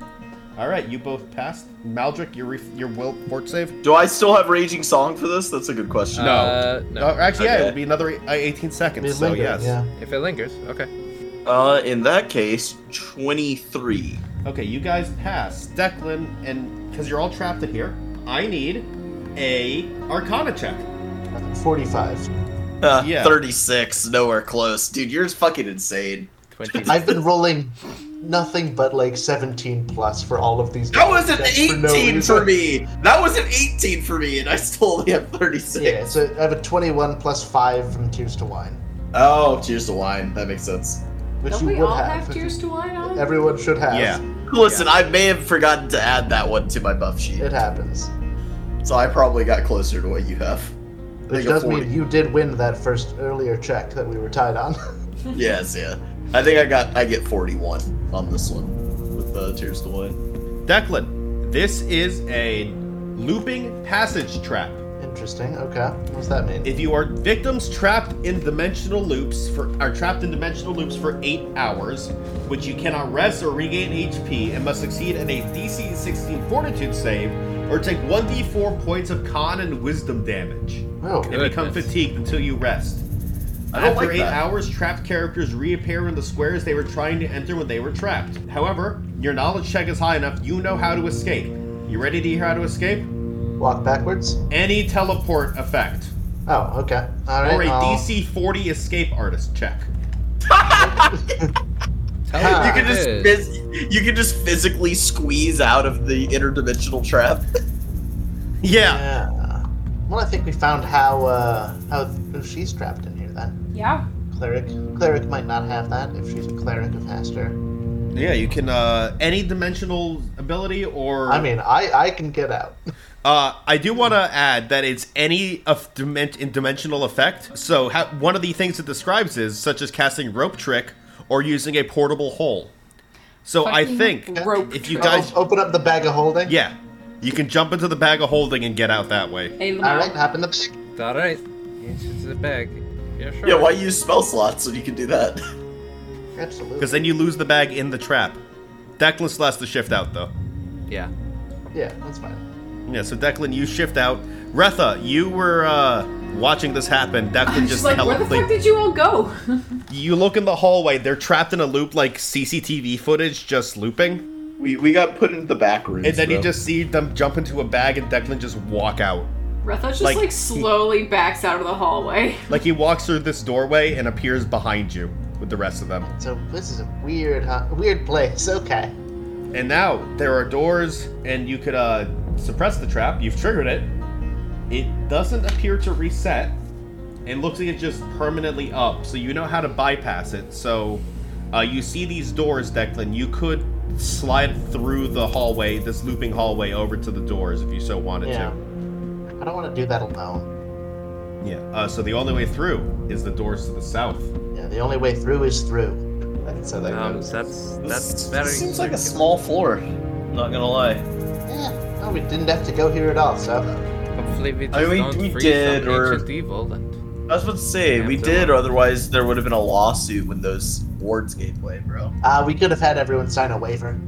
Speaker 1: All right, you both passed. Maldrick, your ref- your will fort save.
Speaker 3: Do I still have Raging Song for this? That's a good question.
Speaker 1: No.
Speaker 4: Uh, no.
Speaker 1: Uh, actually, yeah,
Speaker 3: Okay.
Speaker 1: it'll be another uh, 18 seconds.
Speaker 5: Be
Speaker 1: so
Speaker 5: lingering,
Speaker 1: yes.
Speaker 5: yeah.
Speaker 4: If it lingers, okay.
Speaker 3: Uh, in that case, 23.
Speaker 1: Okay, you guys pass. Declan and because you're all trapped in here, I need a Arcana check.
Speaker 5: 45.
Speaker 3: Uh,
Speaker 1: Yeah.
Speaker 3: 36. Nowhere close. Dude, you're fucking insane.
Speaker 4: 20.
Speaker 5: I've been rolling nothing but like 17 plus for all of these.
Speaker 3: That was an
Speaker 5: That's
Speaker 3: 18
Speaker 5: no
Speaker 3: for,
Speaker 5: reason.
Speaker 3: me. That was an 18 for me, and I still only have 36.
Speaker 5: Yeah, so I have a 21 plus 5 from Tears to Wine,
Speaker 3: Oh, cheers to wine. That makes sense.
Speaker 5: which
Speaker 2: Don't
Speaker 5: you
Speaker 2: we
Speaker 5: would
Speaker 2: all
Speaker 5: have.
Speaker 2: have tears to wine on?
Speaker 5: Everyone should have.
Speaker 1: Yeah.
Speaker 3: Listen, I may have forgotten to add that one to my buff sheet,
Speaker 5: It happens.
Speaker 3: so I probably got closer to what you have.
Speaker 5: Which
Speaker 3: think a
Speaker 5: does
Speaker 3: 40.
Speaker 5: mean you did win that first earlier check that we were tied on.
Speaker 3: yes, yeah. I think I got I get 41 on this one with the tears to wine.
Speaker 1: Declan, this is a looping passage trap.
Speaker 5: Interesting. Okay. What's that mean?
Speaker 1: If you are victims trapped in dimensional loops for are trapped in dimensional loops for eight hours, which you cannot rest or regain HP, and must succeed at a DC 16 Fortitude save, or take 1d4 points of con and wisdom damage,
Speaker 5: oh,
Speaker 1: and become
Speaker 4: Goodness.
Speaker 1: fatigued until you rest.
Speaker 3: I don't
Speaker 1: After
Speaker 3: like
Speaker 1: eight
Speaker 3: that.
Speaker 1: hours, trapped characters reappear in the squares they were trying to enter when they were trapped. However, your knowledge check is high enough; you know how to escape. You ready to hear how to escape?
Speaker 5: walk backwards.
Speaker 1: Any teleport effect.
Speaker 5: Oh, okay. All right.
Speaker 1: Or a
Speaker 5: I'll-
Speaker 1: DC 40 escape artist check.
Speaker 4: Tell me
Speaker 5: You
Speaker 3: You
Speaker 4: what
Speaker 3: can
Speaker 4: it
Speaker 3: just
Speaker 4: is.
Speaker 3: phys- you can just physically squeeze out of the interdimensional trap.
Speaker 1: Yeah.
Speaker 5: Yeah. Well, I think we found how uh, how oh, she's trapped in here then.
Speaker 2: yeah.
Speaker 5: Cleric. Cleric might not have that if she's a cleric of Haster.
Speaker 1: Yeah, you can uh, any dimensional ability or
Speaker 5: I mean, I I can get out.
Speaker 1: Uh, I do want to add that it's any of dimen- in dimensional effect. So ha- one of the things it describes is such as casting rope trick or using a portable hole. So I
Speaker 2: Fucking
Speaker 1: think
Speaker 2: rope
Speaker 1: if you
Speaker 2: trick.
Speaker 1: guys,
Speaker 5: O- Open up the bag of holding.
Speaker 1: yeah, you can jump into the bag of holding and get out that way.
Speaker 2: Hey, Lamar.
Speaker 5: All right, hop in the bag.
Speaker 4: All right. Yes, it's a bag. Yeah, sure.
Speaker 3: Yeah, why use spell slots if you can do that?
Speaker 5: Absolutely.
Speaker 1: Because then you lose the bag in the trap. Declan lets the shift out though.
Speaker 4: Yeah.
Speaker 5: Yeah, that's fine.
Speaker 1: Yeah, so Declan, you shift out. Retha, you were uh, watching this happen. Declan
Speaker 2: I'm
Speaker 1: just
Speaker 2: just like,
Speaker 1: tele-
Speaker 2: where the fuck did you all go?
Speaker 1: you look in the hallway. They're trapped in a loop like CCTV footage, just looping.
Speaker 3: We, we got put into the back room.
Speaker 1: And then you just see them jump into a bag and Declan just walk out.
Speaker 2: Retha just
Speaker 1: Like,
Speaker 2: like,
Speaker 1: he-
Speaker 2: slowly backs out of the hallway.
Speaker 1: Like he walks through this doorway and appears behind you with the rest of them.
Speaker 5: So this is a weird, huh? Weird place. Okay.
Speaker 1: And now there are doors and you could uh suppress the trap. You've triggered it. It doesn't appear to reset. It looks like it's just permanently up, so you know how to bypass it. So uh, you see these doors, Declan. You could slide through the hallway, this looping hallway, over to the doors if you so wanted
Speaker 5: Yeah.
Speaker 1: to.
Speaker 5: I don't want to do that alone.
Speaker 1: Yeah. Uh, so the only way through is the doors to the south.
Speaker 5: Yeah, the only way through is through. That's how that
Speaker 4: Um,
Speaker 5: goes.
Speaker 4: that's that's
Speaker 3: this,
Speaker 4: very.
Speaker 3: this seems like a small floor. Not gonna lie.
Speaker 5: Yeah. No, we didn't have to go here at all. So
Speaker 4: Hopefully, we just
Speaker 3: I mean,
Speaker 4: don't
Speaker 3: we
Speaker 4: free
Speaker 3: did,
Speaker 4: some
Speaker 3: or-
Speaker 4: ancient evil. And...
Speaker 3: I was about to say we
Speaker 4: Yeah,
Speaker 3: did,
Speaker 4: so-
Speaker 3: or otherwise there would have been a lawsuit when those wards gave way, bro.
Speaker 5: uh, we could have had everyone sign a waiver.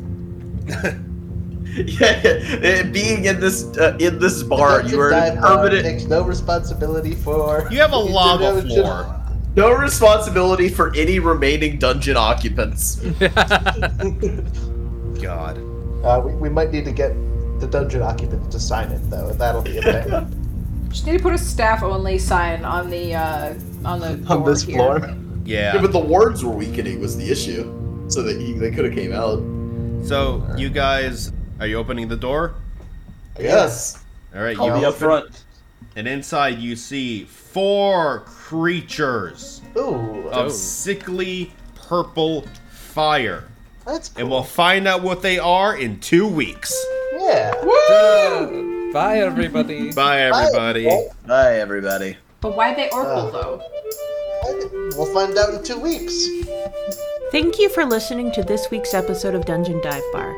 Speaker 3: yeah, it- being in this uh, in this bar,
Speaker 5: Defensive
Speaker 3: you are
Speaker 5: dive
Speaker 3: in
Speaker 5: bar
Speaker 3: permanent
Speaker 5: Takes no responsibility for.
Speaker 1: You have a
Speaker 5: the
Speaker 1: lava
Speaker 5: intervention.
Speaker 1: floor.
Speaker 3: no responsibility for any remaining dungeon occupants.
Speaker 1: God.
Speaker 5: Uh, we, we might need to get the dungeon occupants to sign it though. and That'll be a thing.
Speaker 2: Just need to put a staff only sign on the uh on the
Speaker 5: on
Speaker 2: door
Speaker 5: this
Speaker 2: here.
Speaker 5: floor.
Speaker 1: Yeah.
Speaker 3: Yeah, but the wards were weakening was the issue, so that he, they could have came out.
Speaker 1: So you guys, are you opening the door?
Speaker 3: Yes,
Speaker 1: All right,
Speaker 3: I'll
Speaker 1: you
Speaker 3: be up
Speaker 1: open-
Speaker 3: front.
Speaker 1: and inside you see four creatures
Speaker 5: Ooh,
Speaker 1: of
Speaker 4: Oh.
Speaker 1: sickly purple fire,
Speaker 5: that's
Speaker 1: and
Speaker 5: cool.
Speaker 1: we'll find out what they are in two weeks.
Speaker 5: Yeah.
Speaker 4: Uh, Bye, everybody.
Speaker 1: Bye, everybody.
Speaker 5: Well,
Speaker 3: Hi, everybody.
Speaker 2: But why they Oracle
Speaker 5: Uh.
Speaker 2: though?
Speaker 5: I think We'll find out in two weeks.
Speaker 6: Thank you for listening to this week's episode of Dungeon Dive Bar.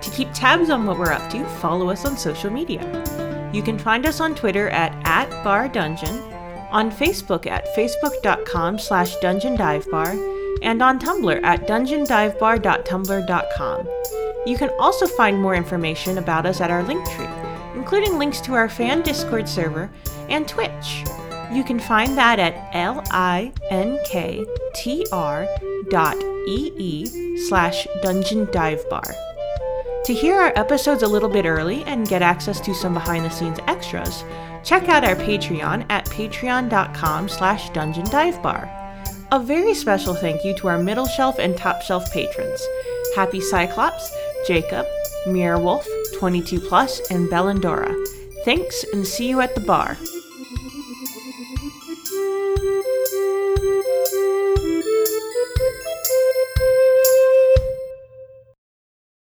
Speaker 6: To keep tabs on what we're up to, follow us on social media. You can find us on Twitter at, at @bardungeon, on Facebook at facebook.com slash dungeon dive bar, and on Tumblr at dungeondivebar.tumblr.com. You can also find more information about us at our Linktree, including links to our fan Discord server and Twitch. You can find that at linktr dot ee slash dungeon dive bar. To hear our episodes a little bit early and get access to some behind the scenes extras, check out our Patreon at patreon.com slash dungeon dive bar. A very special thank you to our middle shelf and top shelf patrons Happy Cyclops, Jacob, Mirror Wolf, 22 Plus, and Bellandora. Thanks and see you at the bar.